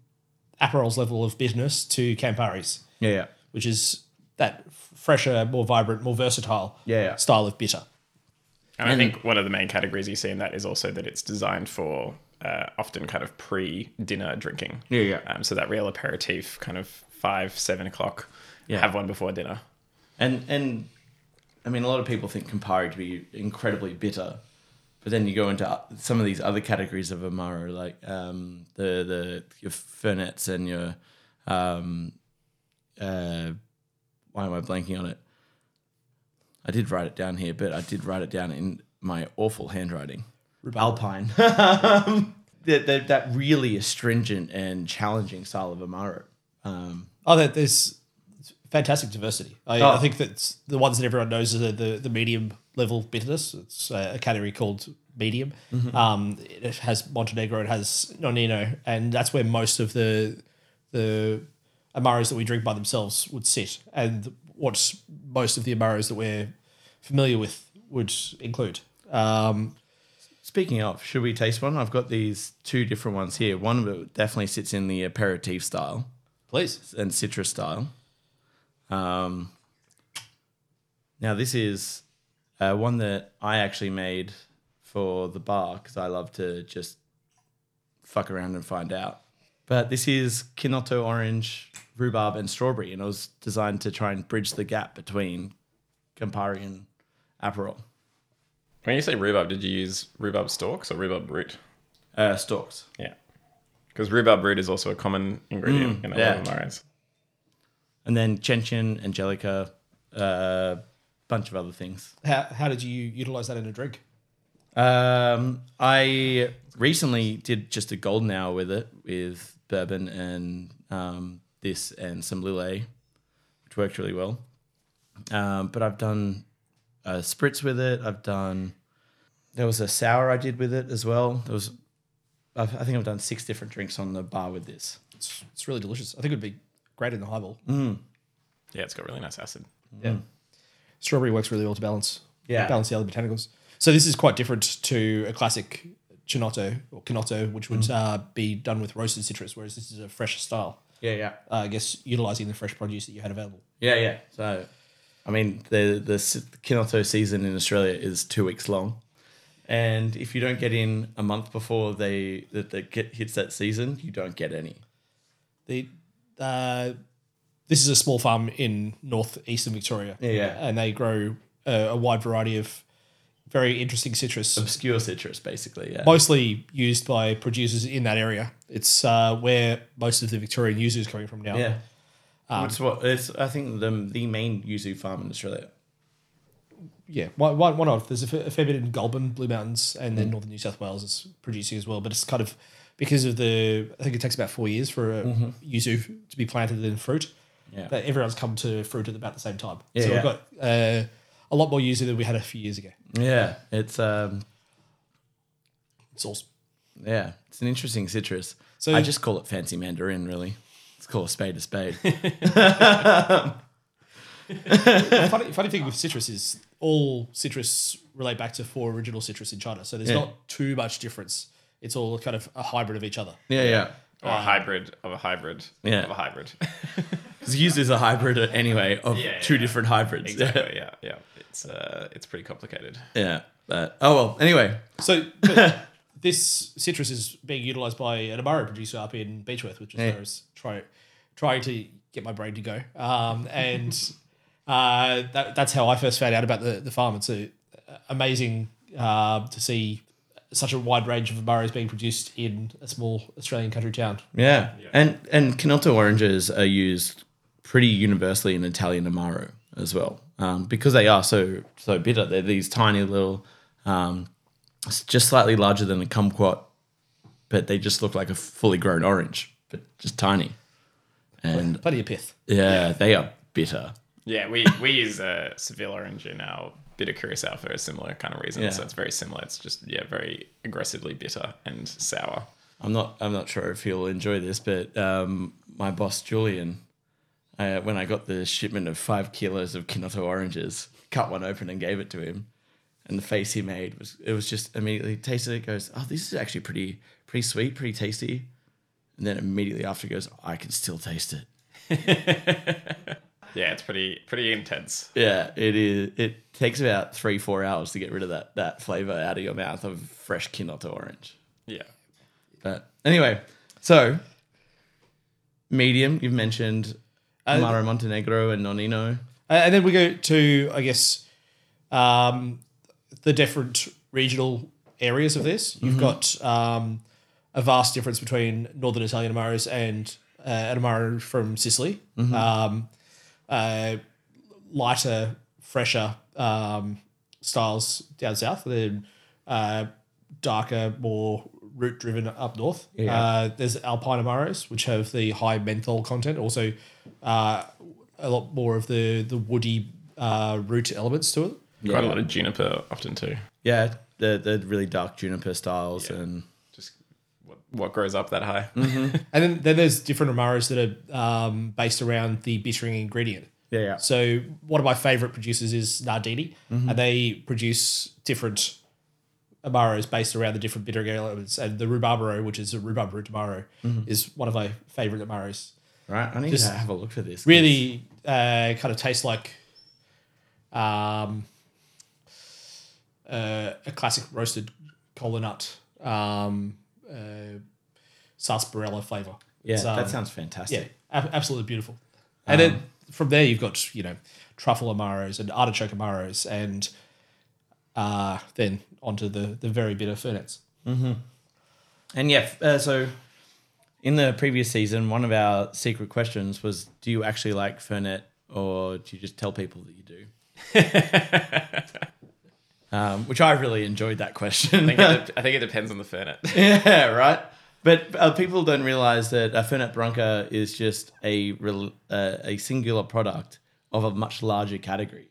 S2: Aperol's level of bitterness to Campari's,
S1: yeah, yeah,
S2: which is that fresher, more vibrant, more versatile
S1: Yeah, yeah.
S2: style of bitter.
S3: And,
S1: And-
S3: I think one of the main categories you see in that is also that it's designed for uh, often kind of pre dinner drinking.
S1: Yeah, yeah.
S3: Um, so that real aperitif, kind of five, seven o'clock,
S1: Yeah.
S3: have one before dinner.
S1: And and I mean, a lot of people think Campari to be incredibly bitter, but then you go into o- some of these other categories of amaro, like um, the the your fernets and your um, uh, why am I blanking on it? I did write it down here, but I did write it down in my awful handwriting. Alpine. that, that, that really astringent and challenging style of amaro. Um,
S2: Oh, that there's fantastic diversity. I,
S1: Oh.
S2: I think that's the ones that everyone knows are the, the, the medium level bitterness. It's uh, a category called medium. Um, it has Montenegro, it has Nonino, and that's where most of the the amaros that we drink by themselves would sit, and what most of the amaros that we're familiar with would include. Um,
S1: Speaking of, should we taste one? I've got these two different ones here. One that definitely sits in the aperitif style
S2: Please,
S1: and citrus style. Um, now this is uh, one that I actually made for the bar because I love to just fuck around and find out. But this is Kinotto orange, rhubarb, and strawberry, and it was designed to try and bridge the gap between Campari and Aperol
S3: When you say rhubarb, did you use rhubarb stalks or rhubarb root?
S1: uh, stalks.
S3: Yeah. Because rhubarb root is also a common ingredient in a
S1: Hmm. yeah.
S3: lot of amaros.
S1: and then Chenchen, Angelica, a uh, bunch of other things.
S2: how, how did you utilize that in a drink?
S1: Um, I recently did just a golden hour with it, with bourbon and um, this and some Lillet, which worked really well. Um, but I've done a spritz with it. I've done there was a sour I did with it as well. There was I've, I think I've done six different drinks on the bar with this.
S2: It's, it's really delicious. I think it would be great in the highball.
S3: Yeah, it's got really nice acid.
S2: Yeah. Strawberry works really well to balance.
S1: Yeah.
S2: Balance the other botanicals. So this is quite different to a classic Chinotto or Canotto, which
S1: Mm.
S2: would uh, be done with roasted citrus, whereas this is a fresh style.
S1: Yeah, yeah.
S2: Uh, I guess utilizing the fresh produce that you had available.
S1: Yeah, yeah. So, I mean, the the s- Kinotto season in Australia is two weeks long, and if you don't get in a month before they that the get hits that season, you don't get any.
S2: The uh, this is a small farm in northeastern Victoria.
S1: Yeah, yeah.
S2: And they grow uh, a wide variety of very interesting citrus.
S1: Obscure citrus, basically. Yeah.
S2: mostly used by producers in that area. It's uh, where most of the Victorian users coming from now.
S1: Yeah. That's what it's. I think the the main yuzu farm in Australia.
S2: yeah, one, one, one off. There's a fa- a fair bit in Goulburn, Blue Mountains, and
S1: Mm.
S2: then Northern New South Wales is producing as well. But it's kind of because of the, I think it takes about four years for a yuzu to be planted in fruit.
S1: Mm-hmm. Yeah.
S2: But everyone's come to fruit at about the same time.
S1: Yeah,
S2: so
S1: yeah.
S2: we've got uh, a lot more yuzu than we had a few years ago.
S1: Yeah, it's um,
S2: It's awesome.
S1: yeah, it's an interesting citrus. So
S2: So-
S1: I just call it fancy mandarin, really. Let's call a spade a spade.
S2: funny, funny thing with citrus is all citrus relate back to four original citrus in China. So there's
S1: Yeah.
S2: not too much difference. It's all kind of a hybrid of each other.
S1: yeah, yeah.
S3: Or a hybrid of a hybrid
S1: Ah. Yeah.
S3: of a hybrid.
S1: Because yuzu is a hybrid anyway of
S3: Yeah,
S1: two
S3: yeah.
S1: different hybrids.
S3: exactly. Yeah. Yeah. It's, uh, it's pretty complicated.
S1: Yeah. But oh well. Anyway.
S2: So but this citrus is being utilized by an Amaro producer up in Beechworth, which is where I was try, trying to get my brain to go. Um, and uh, that, that's how I first found out about the, the farm. It's a, amazing uh, to see such a wide range of Amaros being produced in a small Australian country town.
S1: Yeah. And and Canotto oranges are used pretty universally in Italian amaro as well, um, because they are so so bitter. They're these tiny little, um, s- just slightly larger than a kumquat, but they just look like a fully grown orange, but just tiny. And
S2: Plenty of pith.
S1: yeah, they are bitter.
S3: Yeah, we, we use uh, Seville orange in our bitter curacao for a similar kind of reason.
S1: Yeah.
S3: So it's very similar. It's just yeah, very aggressively bitter and sour.
S1: I'm not. I'm not sure if he'll enjoy this, but um, my boss Julian, uh, when I got the shipment of five kilos of Kinotto oranges, cut one open and gave it to him, and the face he made was it was just immediately tasted it. Goes, oh, this is actually pretty pretty sweet, pretty tasty, and then immediately after goes, I can still taste it.
S3: Yeah, it's pretty pretty intense.
S1: Yeah, it is. It takes about three, four hours to get rid of that that flavor out of your mouth of fresh Kinota orange.
S3: Yeah.
S1: But anyway, so medium. You've mentioned Amaro Montenegro and Nonino.
S2: Uh, and then we go to, I guess, um, the different regional areas of this. You've got um, a vast difference between northern Italian Amaros and uh, an Amaro from Sicily. Um, uh, lighter, fresher um, styles down south, then uh, darker, more root driven up north. Uh, there's Alpine Amaros, which have the high menthol content, also uh, a lot more of the, the woody uh, root elements to it.
S3: Quite a lot of juniper often too.
S1: Yeah, the the really dark juniper styles and
S3: Just what, what grows up that high.
S2: And then, then there's different Amaros that are um, based around the bittering ingredient.
S1: yeah, yeah.
S2: So one of my favorite producers is Nardini, and they produce different amaros based around the different bitter elements. And the rhubarbaro, which is a rhubarb root amaro, is one of my favorite amaros.
S1: Right, I need
S2: Just
S1: to have a look for this.
S2: Really, uh, kind of tastes like um, uh, a classic roasted kola nut, um, uh, sarsaparilla flavor.
S1: yeah,
S2: It's, um,
S1: that sounds Um,
S2: yeah,
S1: fantastic.
S2: ab- absolutely beautiful. And then from there, you've got you know truffle amaros and artichoke amaros, and uh, then onto the the very bitter fernets.
S1: And yeah, f- uh, so in the previous season, one of our secret questions was, do you actually like Fernet, or do you just tell people that you do? um, which I really enjoyed that question.
S3: I, think it, de- I think it depends on the fernet.
S1: yeah, right. But uh, people don't realize that a Fernet Branca is just a rel- uh, a singular product of a much larger category.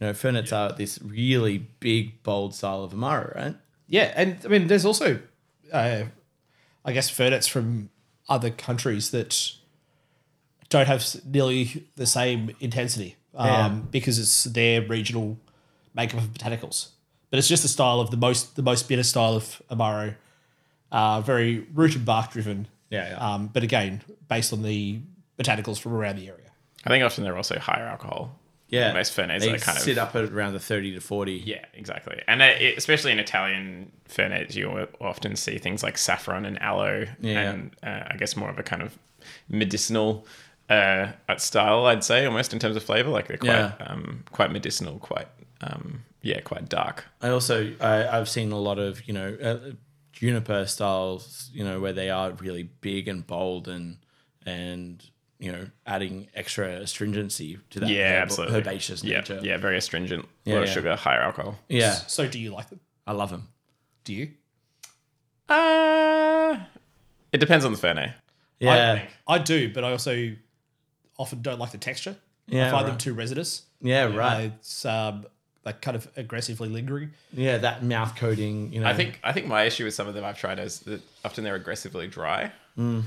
S1: You know, Fernets are this really big, bold style of Amaro, right?
S2: Yeah, and I mean, there's also, uh, I guess, fernets from other countries that don't have s- nearly the same intensity um,
S1: Yeah.
S2: because it's their regional makeup of botanicals. But it's just the style of the most the most bitter style of amaro, uh, very root and bark driven.
S1: Yeah, yeah.
S2: Um, but again, based on the botanicals from around the area.
S3: I think often they're also higher alcohol.
S1: Yeah,
S3: Most Fernets
S1: they
S3: are kind of-
S1: sit up at around the thirty to forty.
S3: Yeah, exactly. And it, it- especially in Italian fernets, you o- often see things like saffron and aloe,
S1: Yeah.
S3: and uh, I guess more of a kind of medicinal uh, style, I'd say, almost in terms of flavor. Like they're quite,
S1: Yeah.
S3: um, quite medicinal, quite, um, yeah, quite dark.
S1: I also I, I've seen a lot of you know uh, juniper styles, you know, where they are really big and bold and and you know adding extra astringency to that
S3: Yeah,
S1: herb-
S3: absolutely.
S1: herbaceous
S3: Yeah,
S1: nature.
S3: yeah, very astringent. A
S1: Yeah,
S3: lot of
S1: yeah.
S3: sugar, higher alcohol.
S1: yeah,
S2: So, do you like them?
S1: I love them.
S2: Do you?
S3: Uh, it depends on the fernet.
S1: Yeah,
S2: I, I do, but I also often don't like the texture.
S1: Yeah,
S2: I find them
S1: right.
S2: too resinous.
S1: yeah, right.
S2: Uh, it's um, like kind of aggressively lingering.
S1: Yeah, that mouth coating. You know,
S3: I think I think my issue with some of them I've tried is that often they're aggressively dry.
S1: Mm.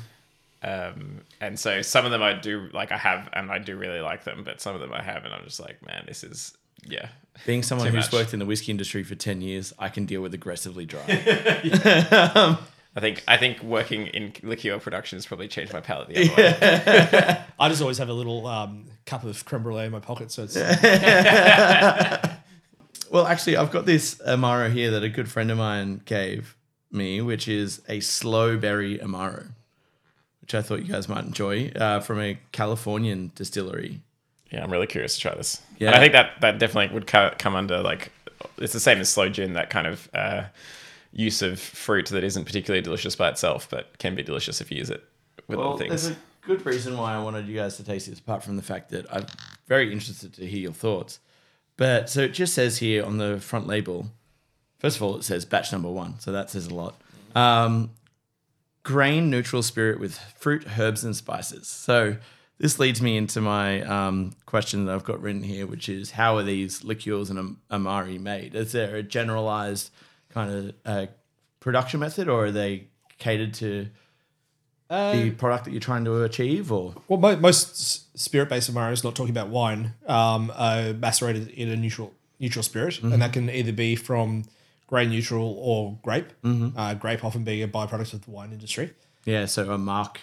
S3: Um, and so some of them I do like I have and I do really like them, but some of them I have and I'm just like, man, this is yeah.
S1: being someone
S3: too
S1: who's
S3: much.
S1: worked in the whiskey industry for ten years, I can deal with aggressively dry.
S3: I think I think working in liqueur production has probably changed my palate the other way.
S2: I just always have a little um, cup of creme brulee in my pocket, so it's
S1: well, actually, I've got this amaro here that a good friend of mine gave me, which is a slow berry amaro, which I thought you guys might enjoy uh, from a Californian distillery.
S3: Yeah, I'm really curious to try this.
S1: Yeah.
S3: And I think that that definitely would co- come under like it's the same as slow gin, that kind of uh, use of fruit that isn't particularly delicious by itself, but can be delicious if you use it with
S1: Well,
S3: other
S1: there's
S3: things.
S1: a good reason why I wanted you guys to taste this, apart from the fact that I'm very interested to hear your thoughts. But so it just says here on the front label, first of all, it says batch number one, so that says a lot. Um, grain neutral spirit with fruit, herbs, and spices. So this leads me into my um, question that I've got written here, which is how are these liqueurs and am- amari made? Is there a generalized kind of uh, production method, or are they catered to the product that you're trying to achieve or
S2: well, mo- most s- spirit-based amaros, not talking about wine, um, are macerated in a neutral neutral spirit, and that can either be from grain neutral or grape. Uh, grape often being a byproduct of the wine industry.
S1: yeah so a mark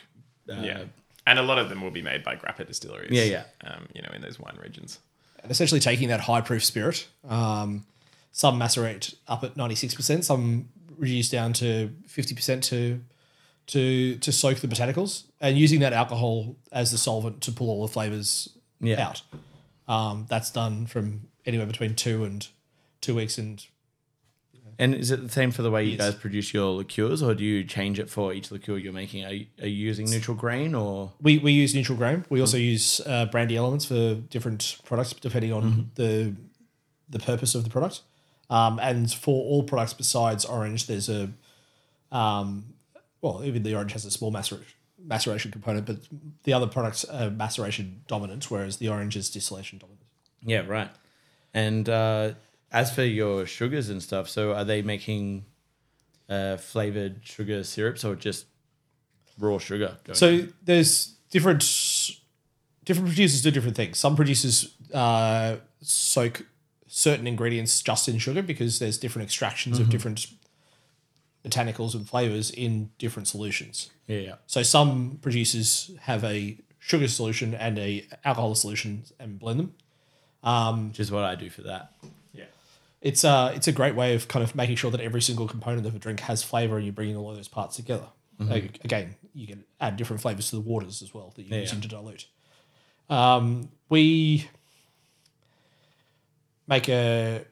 S3: Yeah. and a lot of them will be made by grappa distilleries.
S1: Yeah, yeah.
S3: Um, you know, in those wine regions.
S2: And essentially taking that high proof spirit. Um, some macerate up at ninety six percent, some reduce down to fifty percent to to to soak the botanicals, and using that alcohol as the solvent to pull all the flavors
S1: Yeah.
S2: out. Um, that's done from anywhere between two and two weeks and
S1: And is it the same for the way you
S2: Yes.
S1: guys produce your liqueurs, or do you change it for each liqueur you're making? Are you, are you using neutral grain or?
S2: we, we use neutral grain. We also use uh, brandy elements for different products, depending on the the purpose of the product. Um, and for all products besides orange, there's a um, well, even the orange has a small macer- maceration component, but the other products are maceration dominant, whereas the orange is distillation dominant.
S1: Yeah, right. And uh, as for your sugars and stuff, so are they making uh, flavored sugar syrups or just raw sugar? going
S2: So there's different different producers do different things. Some producers uh, soak certain ingredients just in sugar because there's different extractions of different botanicals and flavors in different solutions.
S1: in? yeah, yeah.
S2: So some producers have a sugar solution and a alcohol solution and blend them.
S1: which is what I do for that.
S3: Yeah.
S2: It's a it's a great way of kind of making sure that every single component of a drink has flavor and you're bringing all of those parts together.
S1: Mm-hmm.
S2: Like, again, you can add different flavors to the waters as well that you're using to dilute. Um, we make a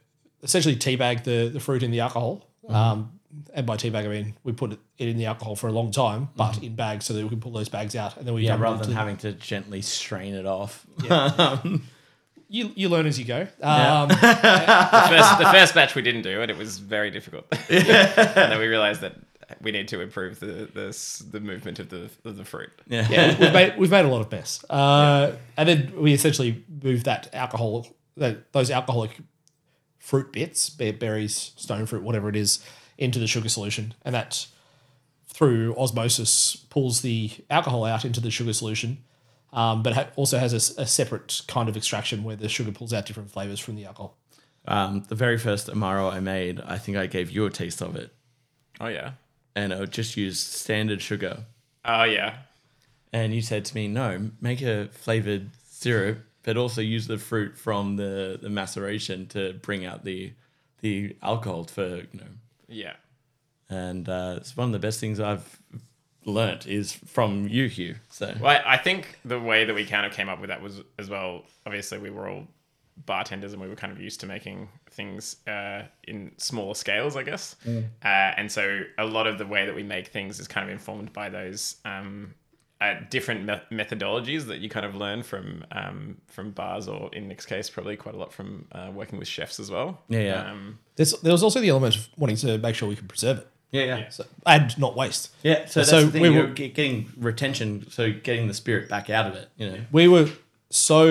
S2: essentially teabag the the fruit in the alcohol.
S1: Mm-hmm.
S2: Um, and by teabag I mean we put it in the alcohol for a long time, but in bags so that we can pull those bags out and then we
S1: Mm-hmm. Yeah,
S2: dump it
S1: rather
S2: into-
S1: than having to gently strain it off.
S2: you you learn as you go. Um,
S3: The first, the first batch we didn't do it. It was very difficult. and then we realized that we need to improve the the, s- the movement of the of the fruit.
S1: Yeah.
S2: yeah, we've made we've made a lot of mess. Uh, And then we essentially move that alcohol, that those alcoholic fruit bits, be it berries, stone fruit, whatever it is, into the sugar solution, and that through osmosis pulls the alcohol out into the sugar solution. Um, but ha- also has a s- a, separate kind of extraction where the sugar pulls out different flavors from the alcohol.
S1: Um, the very first Amaro I made, I think I gave you a taste of it,
S3: Oh yeah.
S1: and I would just use standard sugar.
S3: Oh yeah.
S1: And you said to me, no, make a flavored syrup, but also use the fruit from the, the maceration to bring out the the alcohol for you know
S3: Yeah.
S1: and uh, it's one of the best things I've learnt is from you, Hugh. So
S3: Well, I I think the way that we kind of came up with that was as well. Obviously, we were all bartenders and we were kind of used to making things uh, in smaller scales, I guess.
S1: Mm.
S3: Uh, and so a lot of the way that we make things is kind of informed by those um, uh, different me- methodologies that you kind of learn from um, from bars, or in Nick's case, probably quite a lot from uh, working with chefs as well.
S1: Yeah, yeah.
S3: Um,
S2: There's, there was also the element of wanting to make sure we can preserve it
S1: yeah, yeah,
S2: so, and not waste.
S1: yeah. So that's
S2: So
S1: the thing.
S2: we
S1: you're
S2: were-
S1: ge- getting retention, so getting the spirit back out of it. You know,
S2: we were so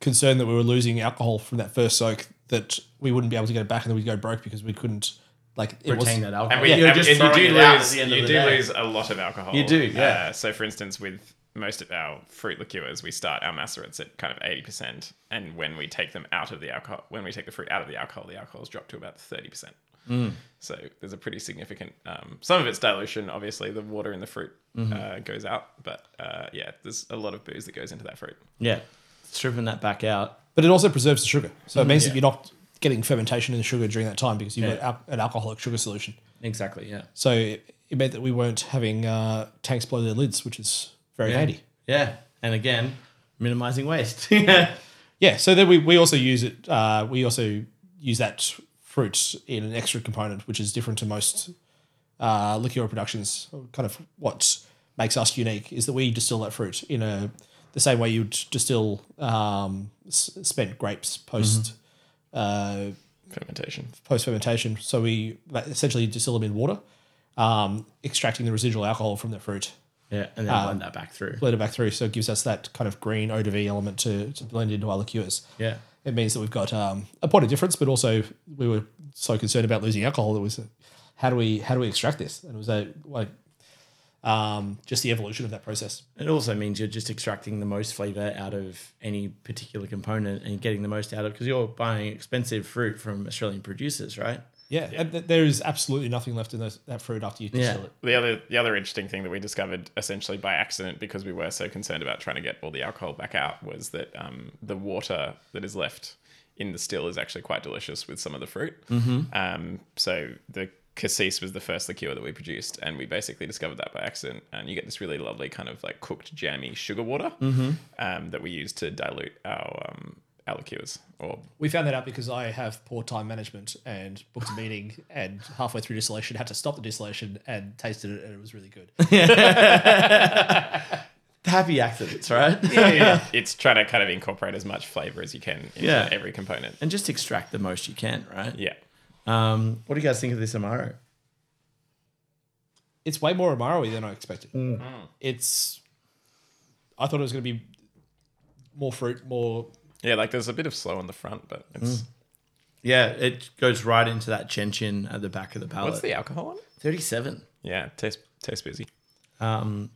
S2: concerned that we were losing alcohol from that first soak that we wouldn't be able to get it back and then we'd go broke because we couldn't like it was-
S1: retain that alcohol.
S3: And, we,
S1: You're
S3: and,
S1: just
S3: and you
S1: throwing
S3: do
S1: it out at
S3: lose,
S1: the end of
S3: you
S1: the
S3: do
S1: day.
S3: lose a lot of alcohol.
S1: You do, yeah.
S3: Uh, so, for instance, with most of our fruit liqueurs, we start our macerates at kind of eighty percent, and when we take them out of the alcohol, when we take the fruit out of the alcohol, the alcohol's dropped to about thirty percent.
S1: Mm.
S3: So there's a pretty significant. Um, some of it's dilution, obviously. The water in the fruit
S1: Mm-hmm.
S3: uh, goes out, but uh, yeah, there's a lot of booze that goes into that fruit.
S1: Yeah, stripping that back out.
S2: but it also preserves the sugar so it means
S1: yeah.
S2: that you're not getting fermentation in the sugar during that time because you've
S1: Yeah.
S2: got al- an alcoholic sugar solution
S1: Exactly. Yeah.
S2: so it, it meant that we weren't having uh, tanks blow their lids which is very handy
S1: Yeah. And again, minimizing waste.
S2: yeah so then we, we also use it uh, we also use that fruit in an extra component which is different to most uh, liqueur productions kind of what makes us unique is that we distill that fruit in a the same way you'd distill um, s- spent grapes post uh,
S3: Fermentation.
S2: post fermentation so we ma- essentially distill them in water um, extracting the residual alcohol from the fruit
S1: yeah, and then blend that back through.
S2: blend it back through so it gives us that kind of green eau de vie element to, to blend into our liqueurs
S1: Yeah.
S2: it means that we've got um, a point of difference, but also we were so concerned about losing alcohol that was uh, how do we how do we extract this? And it was a like um, just the evolution of that process.
S1: It also means you're just extracting the most flavor out of any particular component and getting the most out of because you're buying expensive fruit from Australian producers, right?
S2: Yeah, and th- there is absolutely nothing left in those, that fruit after you
S1: Yeah.
S2: distill it.
S3: The other the other interesting thing that we discovered essentially by accident because we were so concerned about trying to get all the alcohol back out was that um, the water that is left in the still is actually quite delicious with some of the fruit.
S1: Mm-hmm.
S3: Um, so the cassis was the first liqueur that we produced, and we basically discovered that by accident. And you get this really lovely kind of like cooked jammy sugar water
S1: Mm-hmm.
S3: um, that we use to dilute our um, our liqueurs. Or
S2: We found that out because I have poor time management and booked a meeting and halfway through distillation had to stop the distillation and tasted it and it was really good.
S1: Happy accidents, right?
S3: it's trying to kind of incorporate as much flavor as you can into
S1: Yeah.
S3: every component.
S1: and just extract the most you can, right?
S3: Yeah.
S1: Um, what do you guys think of this Amaro?
S2: It's way more Amaro than I expected. It's, I thought it was going to be more fruit, more.
S3: Yeah, like there's a bit of slow on the front, but it's
S1: Yeah, it goes right into that chin chin at the back of the palate.
S3: what's the alcohol on it?
S1: Thirty-seven.
S3: Yeah, tastes tastes busy.
S1: Um,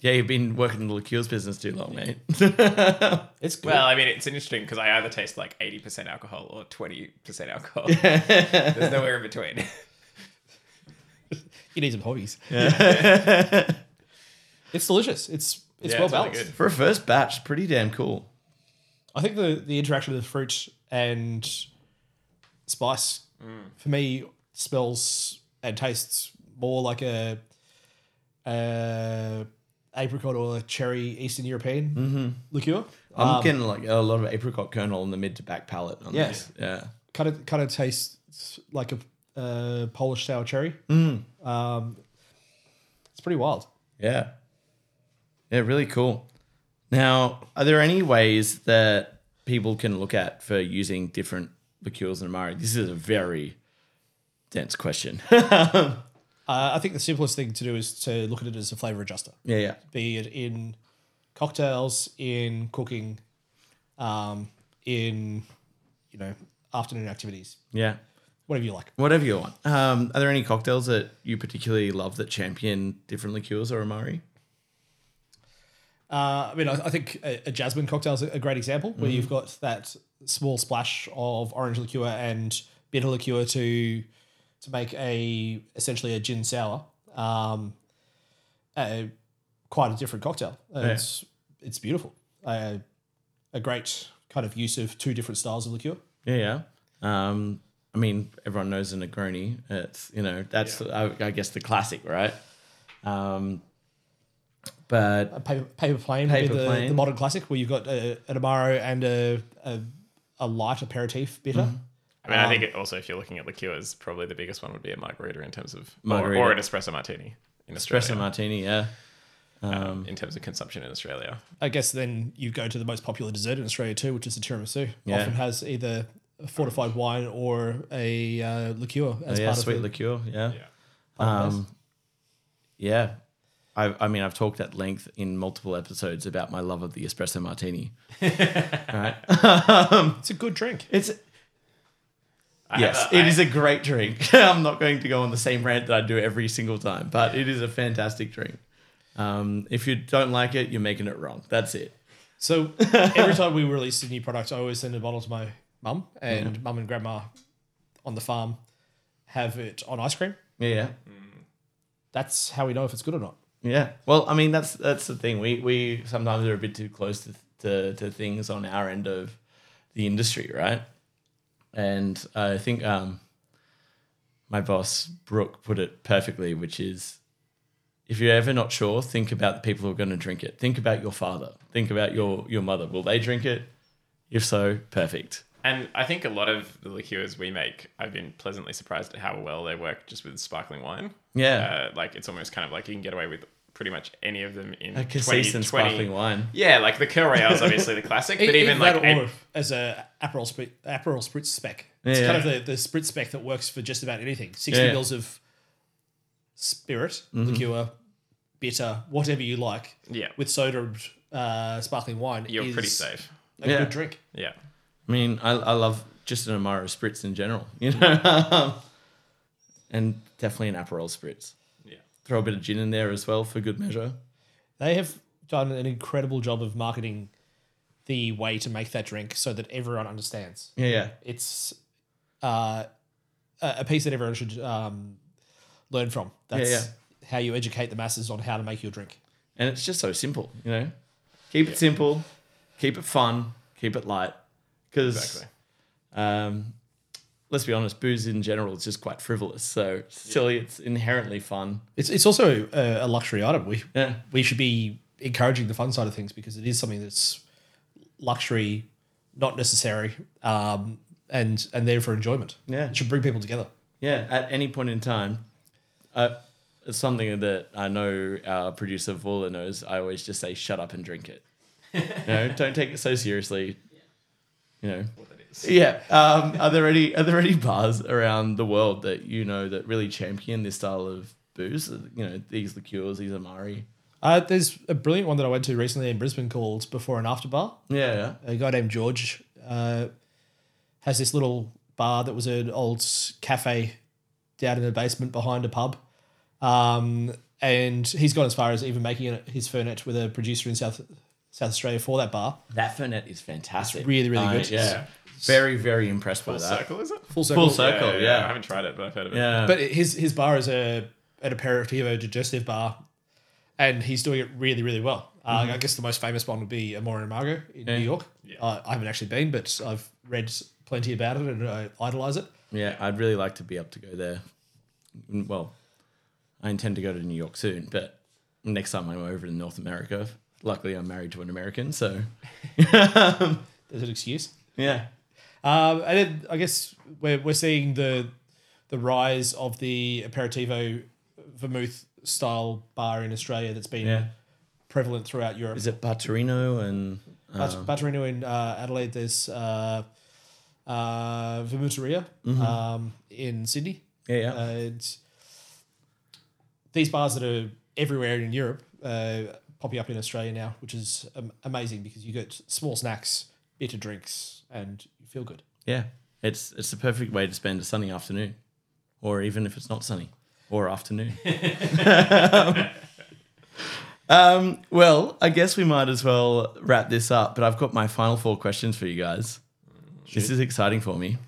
S1: yeah, you've been working in the liqueurs business too long, mate.
S2: It's good.
S3: Well, I mean, it's interesting because I either taste like eighty percent alcohol or twenty percent alcohol. there's nowhere in between.
S2: you need some hobbies. it's delicious. It's it's
S3: Yeah,
S2: well
S3: it's really
S2: balanced.
S3: good.
S1: For a first batch, pretty damn cool.
S2: I think the the interaction of the fruit and spice for me smells and tastes more like a, a apricot or a cherry Eastern European
S3: Mm-hmm.
S2: liqueur.
S1: I'm getting like a lot of apricot kernel in the mid to back palate. On
S2: Yes.
S1: this. Yeah.
S2: Kind of kind of tastes like a, uh Polish sour cherry.
S3: Mm.
S2: Um, it's pretty wild.
S1: Yeah. Yeah, really cool. Now, are there any ways that people can look at for using different liqueurs in Amari? This is a very dense question. yeah,
S2: Uh, I think the simplest thing to do is to look at it as a flavor adjuster.
S1: yeah.
S2: be it in cocktails, in cooking, um, in you know afternoon activities,
S1: Yeah.
S2: whatever you like.
S1: Whatever you want. Um, are there any cocktails that you particularly love that champion different liqueurs or Amari?
S2: Uh, I mean, I, I think a, a jasmine cocktail is a a great example where you've got that small splash of orange liqueur and bitter liqueur to to make a essentially a gin sour, um, a, quite a different cocktail. And
S1: Yeah.
S2: It's it's beautiful. Uh, a great kind of use of two different styles of liqueur.
S1: Yeah, yeah. Um, I mean, everyone knows a Negroni. It's you know that's I, I guess the classic, right? Um, but
S2: a paper, paper plane
S1: Paper
S2: would be the,
S1: plane.
S2: the modern classic where you've got a, an amaro and a, a a light aperitif bitter.
S1: Mm-hmm.
S3: I mean, I think it also if you're looking at liqueurs, probably the biggest one would be a margarita in terms of or,
S1: Margarita.
S3: or an espresso martini in
S1: espresso
S3: Australia.
S1: martini, yeah.
S3: um, in terms of consumption in Australia.
S2: I guess then you go to the most popular dessert in Australia too, which is the tiramisu.
S1: Yeah.
S2: Often has either a fortified wine or a uh, liqueur as
S1: Oh, yeah,
S2: part
S1: sweet
S2: of it.
S1: liqueur, yeah.
S3: Yeah.
S1: Um, yeah. I, I mean, I've talked at length in multiple episodes about my love of the espresso martini.
S2: It's a good drink.
S1: It's
S3: I
S1: yes,
S3: have
S1: it is a great drink. I'm not going to go on the same rant that I do every single time, but it is a fantastic drink. Um, if you don't like it, you're making it wrong. That's it.
S2: So every time we release a new product, I always send a bottle to my mum and
S1: Mm-hmm.
S2: mum and grandma on the farm have it on ice cream.
S1: Yeah, yeah.
S2: That's how we know if it's good or not.
S1: Yeah. Well, I mean, that's that's the thing. We we sometimes are a bit too close to to, to things on our end of the industry, right? And I think um, my boss Brooke put it perfectly, which is. If you're ever not sure, think about the people who are going to drink it. Think about your father. Think about your your mother. Will they drink it? If so, perfect.
S3: And I think a lot of the liqueurs we make, I've been pleasantly surprised at how well they work just with sparkling wine.
S1: Yeah.
S3: Uh, like it's almost kind of like you can get away with pretty much any of them in
S1: a
S3: 20,
S1: cassis and
S3: 20
S1: sparkling wine.
S3: Yeah, like the Curl Royale is obviously the classic, but
S2: E-
S3: even like
S2: that
S3: a-
S2: or as a Aperol, spri- Aperol Spritz spec. It's
S1: Yeah,
S2: kind
S1: yeah.
S2: of the, the Spritz spec that works for just about anything. 60
S1: Yeah. Mm-hmm.
S2: mils of spirit, liqueur, bitter, whatever you like,
S3: yeah,
S2: with soda and uh, sparkling wine.
S3: you're
S2: is
S3: pretty safe.
S2: A
S1: Yeah.
S2: good drink.
S3: Yeah,
S1: I mean, I, I love just an Amaro spritz in general, you know, and definitely an Aperol spritz.
S3: yeah.
S1: Throw a bit of gin in there as well for good measure.
S2: They have done an incredible job of marketing the way to make that drink so that everyone understands.
S1: Yeah, yeah,
S2: It's uh, a, a piece that everyone should um, learn from. That's
S1: yeah.
S2: how you educate the masses on how to make your drink.
S1: And it's just so simple, you know? Keep it simple, keep it fun, keep it light. Because,
S3: Exactly.
S1: um, let's be honest, booze in general is just quite frivolous. So silly, it's inherently fun.
S2: It's it's also a, a luxury item. We
S1: Yeah.
S2: we should be encouraging the fun side of things because it is something that's luxury, not necessary, um, and and there for enjoyment.
S1: Yeah.
S2: It should bring people together.
S1: Yeah, at any point in time. Uh, it's something that I know our producer Vola knows. I always just say, shut up and drink it. no, don't take it so seriously. You know. Yeah. Um, are there any are there any bars around the world that you know that really champion this style of booze? You know, these liqueurs, these Amari.
S2: Uh, there's a brilliant one that I went to recently in Brisbane called Before and After Bar.
S1: Yeah.
S2: a guy named George uh, has this little bar that was an old s- cafe down in the basement behind a pub. Um, and he's gone as far as even making it his fernet with a producer in South South Australia for that bar.
S1: That Fernet is fantastic.
S2: really, really
S1: I-
S2: good.
S1: Yeah. Very, very impressed by
S3: Full
S1: that.
S3: circle, is it?
S2: Full circle.
S1: Full circle, yeah.
S3: I haven't tried it, but I've heard of it.
S1: Yeah.
S2: But his his bar is a an aperitivo digestive bar, and he's doing it really, really well. Uh, I guess the most famous one would be Amore and Margo in New York. Uh, I haven't actually been, but I've read plenty about it and I idolize it.
S1: Yeah, I'd really like to be able to go there. Mm, Well, I intend to go to New York soon, but next time I'm over in North America, luckily I'm married to an American, so
S2: There's an excuse.
S1: yeah.
S2: Um, and then I guess we're, we're seeing the the rise of the aperitivo vermouth style bar in Australia that's been
S1: Yeah.
S2: prevalent throughout Europe.
S1: Is it Bartarino and um,
S2: Bat- Batterino in uh, Adelaide, there's uh, uh, Vermuteria um, in Sydney.
S1: yeah, Mm-hmm. yeah.
S2: Uh, it's- these bars that are everywhere in Europe uh, popping up in Australia now, which is um, amazing because you get small snacks, bitter drinks, and you feel good.
S1: yeah. It's it's the perfect way to spend a sunny afternoon, or even if it's not sunny, or afternoon. um, well, I guess we might as well wrap this up. But I've got my final four questions for you guys. This is exciting for me,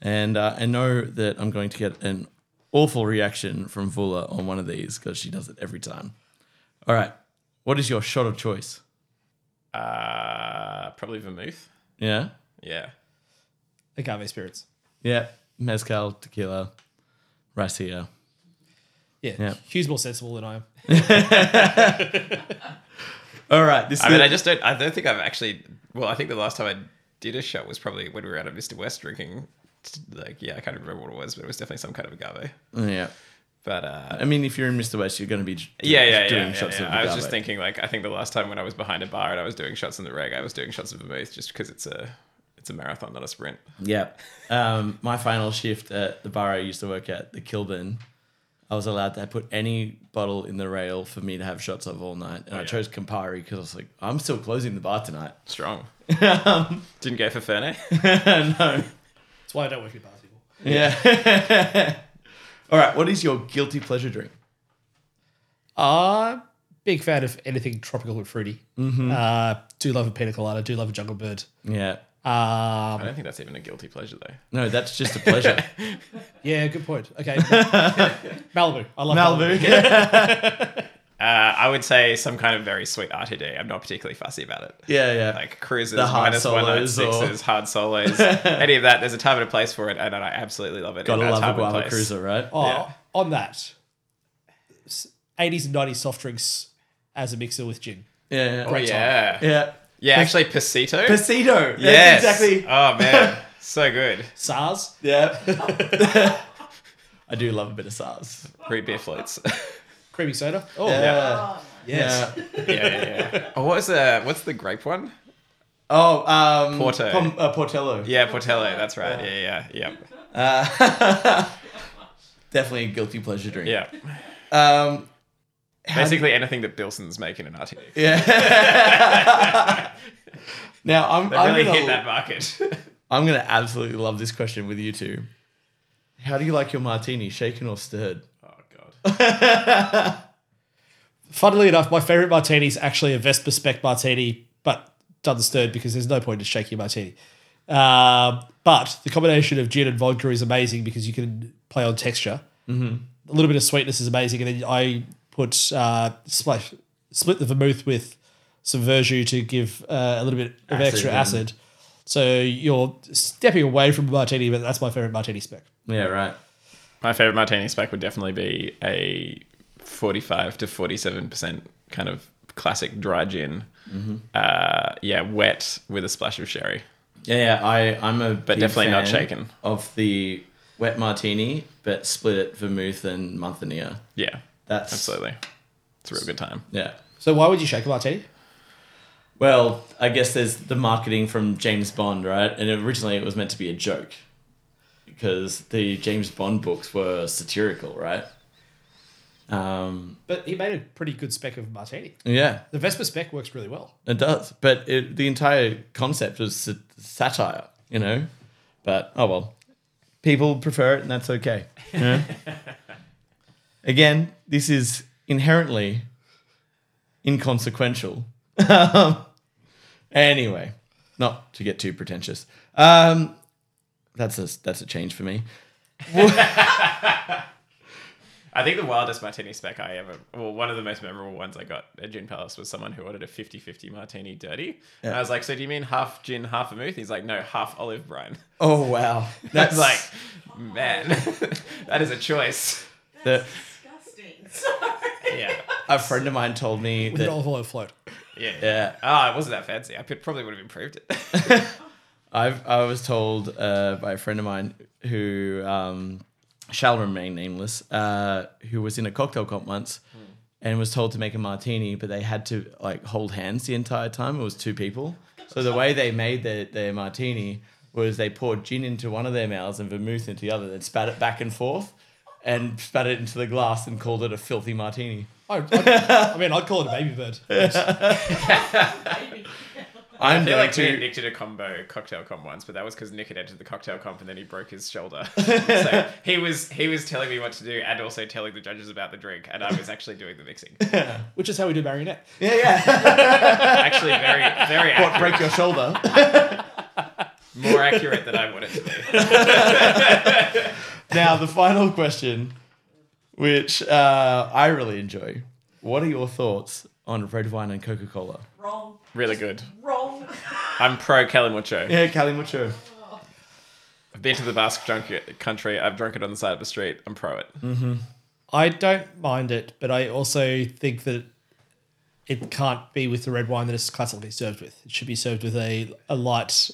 S1: and uh, I know that I'm going to get an awful reaction from Vula on one of these because she does it every time. All right, what is your shot of choice?
S3: Uh, probably vermouth.
S1: Yeah,
S3: Yeah.
S2: Agave spirits.
S1: yeah, mezcal, tequila, ricea.
S2: Yeah.
S1: Yeah.
S2: Hugh's more sensible than I am.
S1: All right, this
S3: I
S1: is
S3: mean, I just don't. I don't think I've actually. Well, I think the last time I did a shot was probably when we were out at Mr. West drinking. Like, yeah, I can't remember what it was, but it was definitely some kind of agave.
S1: yeah.
S3: But uh,
S1: I mean, if you're in Mr. West, you're going to be j-
S3: yeah, yeah, yeah.
S1: doing
S3: yeah,
S1: shots
S3: yeah.
S1: of
S3: I was
S1: agave.
S3: just thinking, like, I think the last time when I was behind a bar and I was doing shots in the reg, I was doing shots of vermouth just because it's a it's a marathon, not a sprint.
S1: Yeah. Um, my final shift at the bar I used to work at, the Kilburn, I was allowed to put any bottle in the rail for me to have shots of all night, and I
S3: yeah.
S1: chose Campari because I was like, I'm still closing the bar tonight.
S3: Strong. Didn't go for Fernet.
S1: no.
S2: That's why I don't work at bars anymore.
S1: Yeah. all right. What is your guilty pleasure drink?
S2: I'm a big fan of anything tropical and fruity. Uh, do love a pina colada. Do love a jungle bird.
S1: Yeah.
S3: I
S2: Um,
S3: don't think that's even a guilty pleasure though.
S1: No, that's just a pleasure.
S2: yeah, good point. Okay. Malibu. I love Malibu.
S1: Malibu. Yeah.
S3: Uh, I would say some kind of very sweet RTD. I'm not particularly fussy about it.
S1: Yeah. Yeah.
S3: Like cruises,
S1: The hard
S3: minus one night
S1: solos or-
S3: sixes, hard solos, any of that. There's a time and a place for it, and I absolutely love it.
S1: Gotta
S3: in that
S1: love
S3: time
S1: a
S3: and
S1: guava
S3: place.
S1: cruiser, right?
S2: Oh,
S3: Yeah.
S2: On that, s- 80s and 90s soft drinks as a mixer with gin.
S1: Yeah.
S3: Oh,
S1: Yeah.
S3: yeah, yeah.
S1: yeah.
S3: actually, Pasito.
S1: Pasito.
S3: yes,
S1: That's exactly.
S3: Oh man, so good.
S2: SARS.
S1: Yeah. I do love a bit of SARS.
S3: Root beer floats.
S2: Creamy soda. Oh,
S1: Yeah.
S4: Oh,
S2: yes.
S1: yeah.
S3: yeah, yeah, yeah. Oh, what was the what's the grape one?
S1: Oh, um,
S3: Porto.
S1: Pom- uh, Portello.
S3: Yeah, Portello. That's right. Yeah, yeah,
S1: Uh, definitely a guilty pleasure drink.
S3: yeah, yeah.
S1: Um, how do-
S3: Basically, anything that Bilson's making in RTD.
S1: yeah. now I'm
S3: They
S1: I'm
S3: really
S1: gonna,
S3: hit that market.
S1: I'm gonna absolutely love this question with you two. How do you like your martini, shaken or stirred?
S3: oh god.
S2: Funnily enough, my favorite martini is actually a Vespa spec martini, but done stirred because there's no point in shaking a martini. Uh, but the combination of gin and vodka is amazing because you can play on texture. Mm-hmm. A little bit of sweetness is amazing, and then I put uh, splash, split the vermouth with some verjus to give uh, a little bit of extra
S1: and-
S2: acid. So you're stepping away from a martini, but that's my favorite martini spec.
S1: Yeah, right.
S3: My favorite martini spec would definitely be a 45 to 47% kind of classic dry gin. Uh, yeah, wet with a splash of sherry.
S1: Yeah, yeah. I, I'm a but
S3: definitely not shaken.
S1: of the wet martini, but split it vermouth and Manthania.
S3: Yeah,
S1: That's
S3: absolutely. It's a real good time.
S1: Yeah.
S2: So why would you shake a martini?
S1: Well, I guess there's the marketing from James Bond, right? And originally it was meant to be a joke because the James Bond books were satirical, right? Um,
S2: But he made a pretty good spec of martini.
S1: yeah,
S2: The Vespa spec works really well.
S1: it does. But it, the entire concept was sa- satire, you know? But oh well. People prefer it and that's okay. you know? Again, this is inherently inconsequential. anyway, not to get too pretentious. Um, that's a that's a change for me.
S3: I think the wildest martini spec I ever, well, one of the most memorable ones I got at Gin Palace was someone who ordered a 50 50 martini dirty. And I was like, so do you mean half gin, half vermouth? He's like, no, half olive brine.
S1: Oh wow,
S3: That's like, man, that is a choice.
S1: the,
S4: Disgusting. Sorry.
S3: Yeah.
S1: a friend of mine told me
S2: With an
S1: that
S2: olive oil float.
S3: Yeah.
S1: yeah,
S3: Ah, it wasn't that fancy. I could, probably would have improved it.
S1: I've I was told uh, by a friend of mine who um, shall remain nameless, uh, who was in a cocktail comp once,
S3: Hmm.
S1: and was told to make a martini, but they had to like hold hands the entire time. It was two people, so the way they made their, their martini was they poured gin into one of their mouths and vermouth into the other, then spat it back and forth, and spat it into the glass and called it a filthy martini.
S2: I, I, I mean, I'd call it a baby bird.
S4: Maybe.
S1: I'm
S3: I feel
S1: going
S3: like
S1: to
S3: me and Nick did a combo cocktail comp once, but that was because Nick had entered the cocktail comp and then he broke his shoulder. so he was he was telling me what to do and also telling the judges about the drink, and I was actually doing the mixing.
S2: Which is how we do marionette.
S1: yeah yeah
S3: Actually, very very accurate,
S1: break your shoulder.
S3: more accurate than I wanted to be.
S1: Now, the final question, which uh, I really enjoy. What are your thoughts on red wine and Coca Cola?
S4: Wrong.
S3: Really good.
S4: Wrong.
S3: I'm pro Calimucho.
S1: Yeah, Calimucho.
S3: I've been to the Basque drunk country. I've drunk it on the side of the street. I'm pro it.
S2: I don't mind it, but I also think that it can't be with the red wine that it's classically served with. It should be served with a, a light,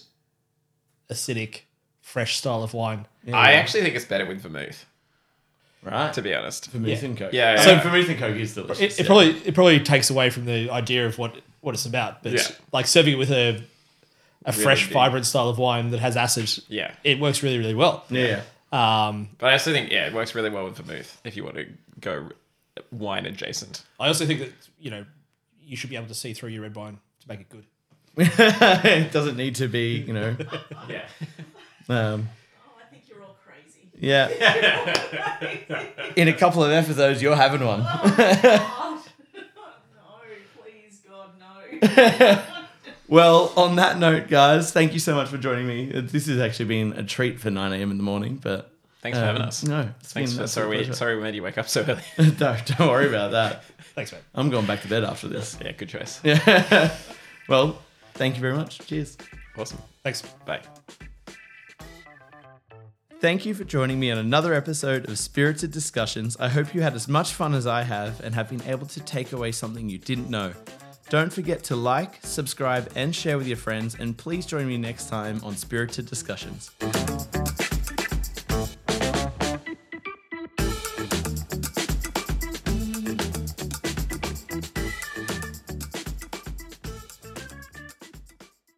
S2: acidic, fresh style of wine.
S3: I actually think it's better with vermouth,
S1: Right.
S3: to be honest.
S1: vermouth
S2: Yeah.
S1: and Coke.
S3: Yeah, yeah,
S1: So
S3: yeah.
S1: vermouth and Coke is delicious.
S2: It, it
S1: yeah.
S2: probably it probably takes away from the idea of what what it's about. But
S3: Yeah.
S2: like serving it with a a fresh,
S3: deep.
S2: vibrant style of wine that has acid,
S3: Yeah.
S2: it works really, really well.
S1: Yeah, yeah.
S2: Um,
S3: But I also think, yeah, it works really well with vermouth if you want to go wine adjacent.
S2: I also think that you know you should be able to see through your red wine to make it good.
S1: it doesn't need to be, you know.
S3: Yeah.
S1: Um,
S4: Oh, I think you're all crazy.
S1: yeah. In a couple of episodes, you're having one.
S4: God. no, please, God, no.
S1: Well, on that note, guys, thank you so much for joining me. This has actually been a treat for 9 a.m. in the morning, but.
S3: Thanks for
S1: um,
S3: having us.
S1: No, it's
S3: Thanks
S1: been
S3: for
S1: an
S3: sorry
S1: absolute
S3: we, sorry we made you wake up so early.
S1: pleasure. don't, don't worry about that.
S2: Thanks, mate.
S1: I'm going back to bed after this.
S3: yeah, good choice.
S1: Yeah. well, thank you very much. Cheers.
S3: Awesome.
S2: Thanks.
S3: Bye.
S1: Thank you for joining me on another episode of Spirited Discussions. I hope you had as much fun as I have and have been able to take away something you didn't know. Don't forget to like, subscribe, and share with your friends, and please join me next time on Spirited Discussions.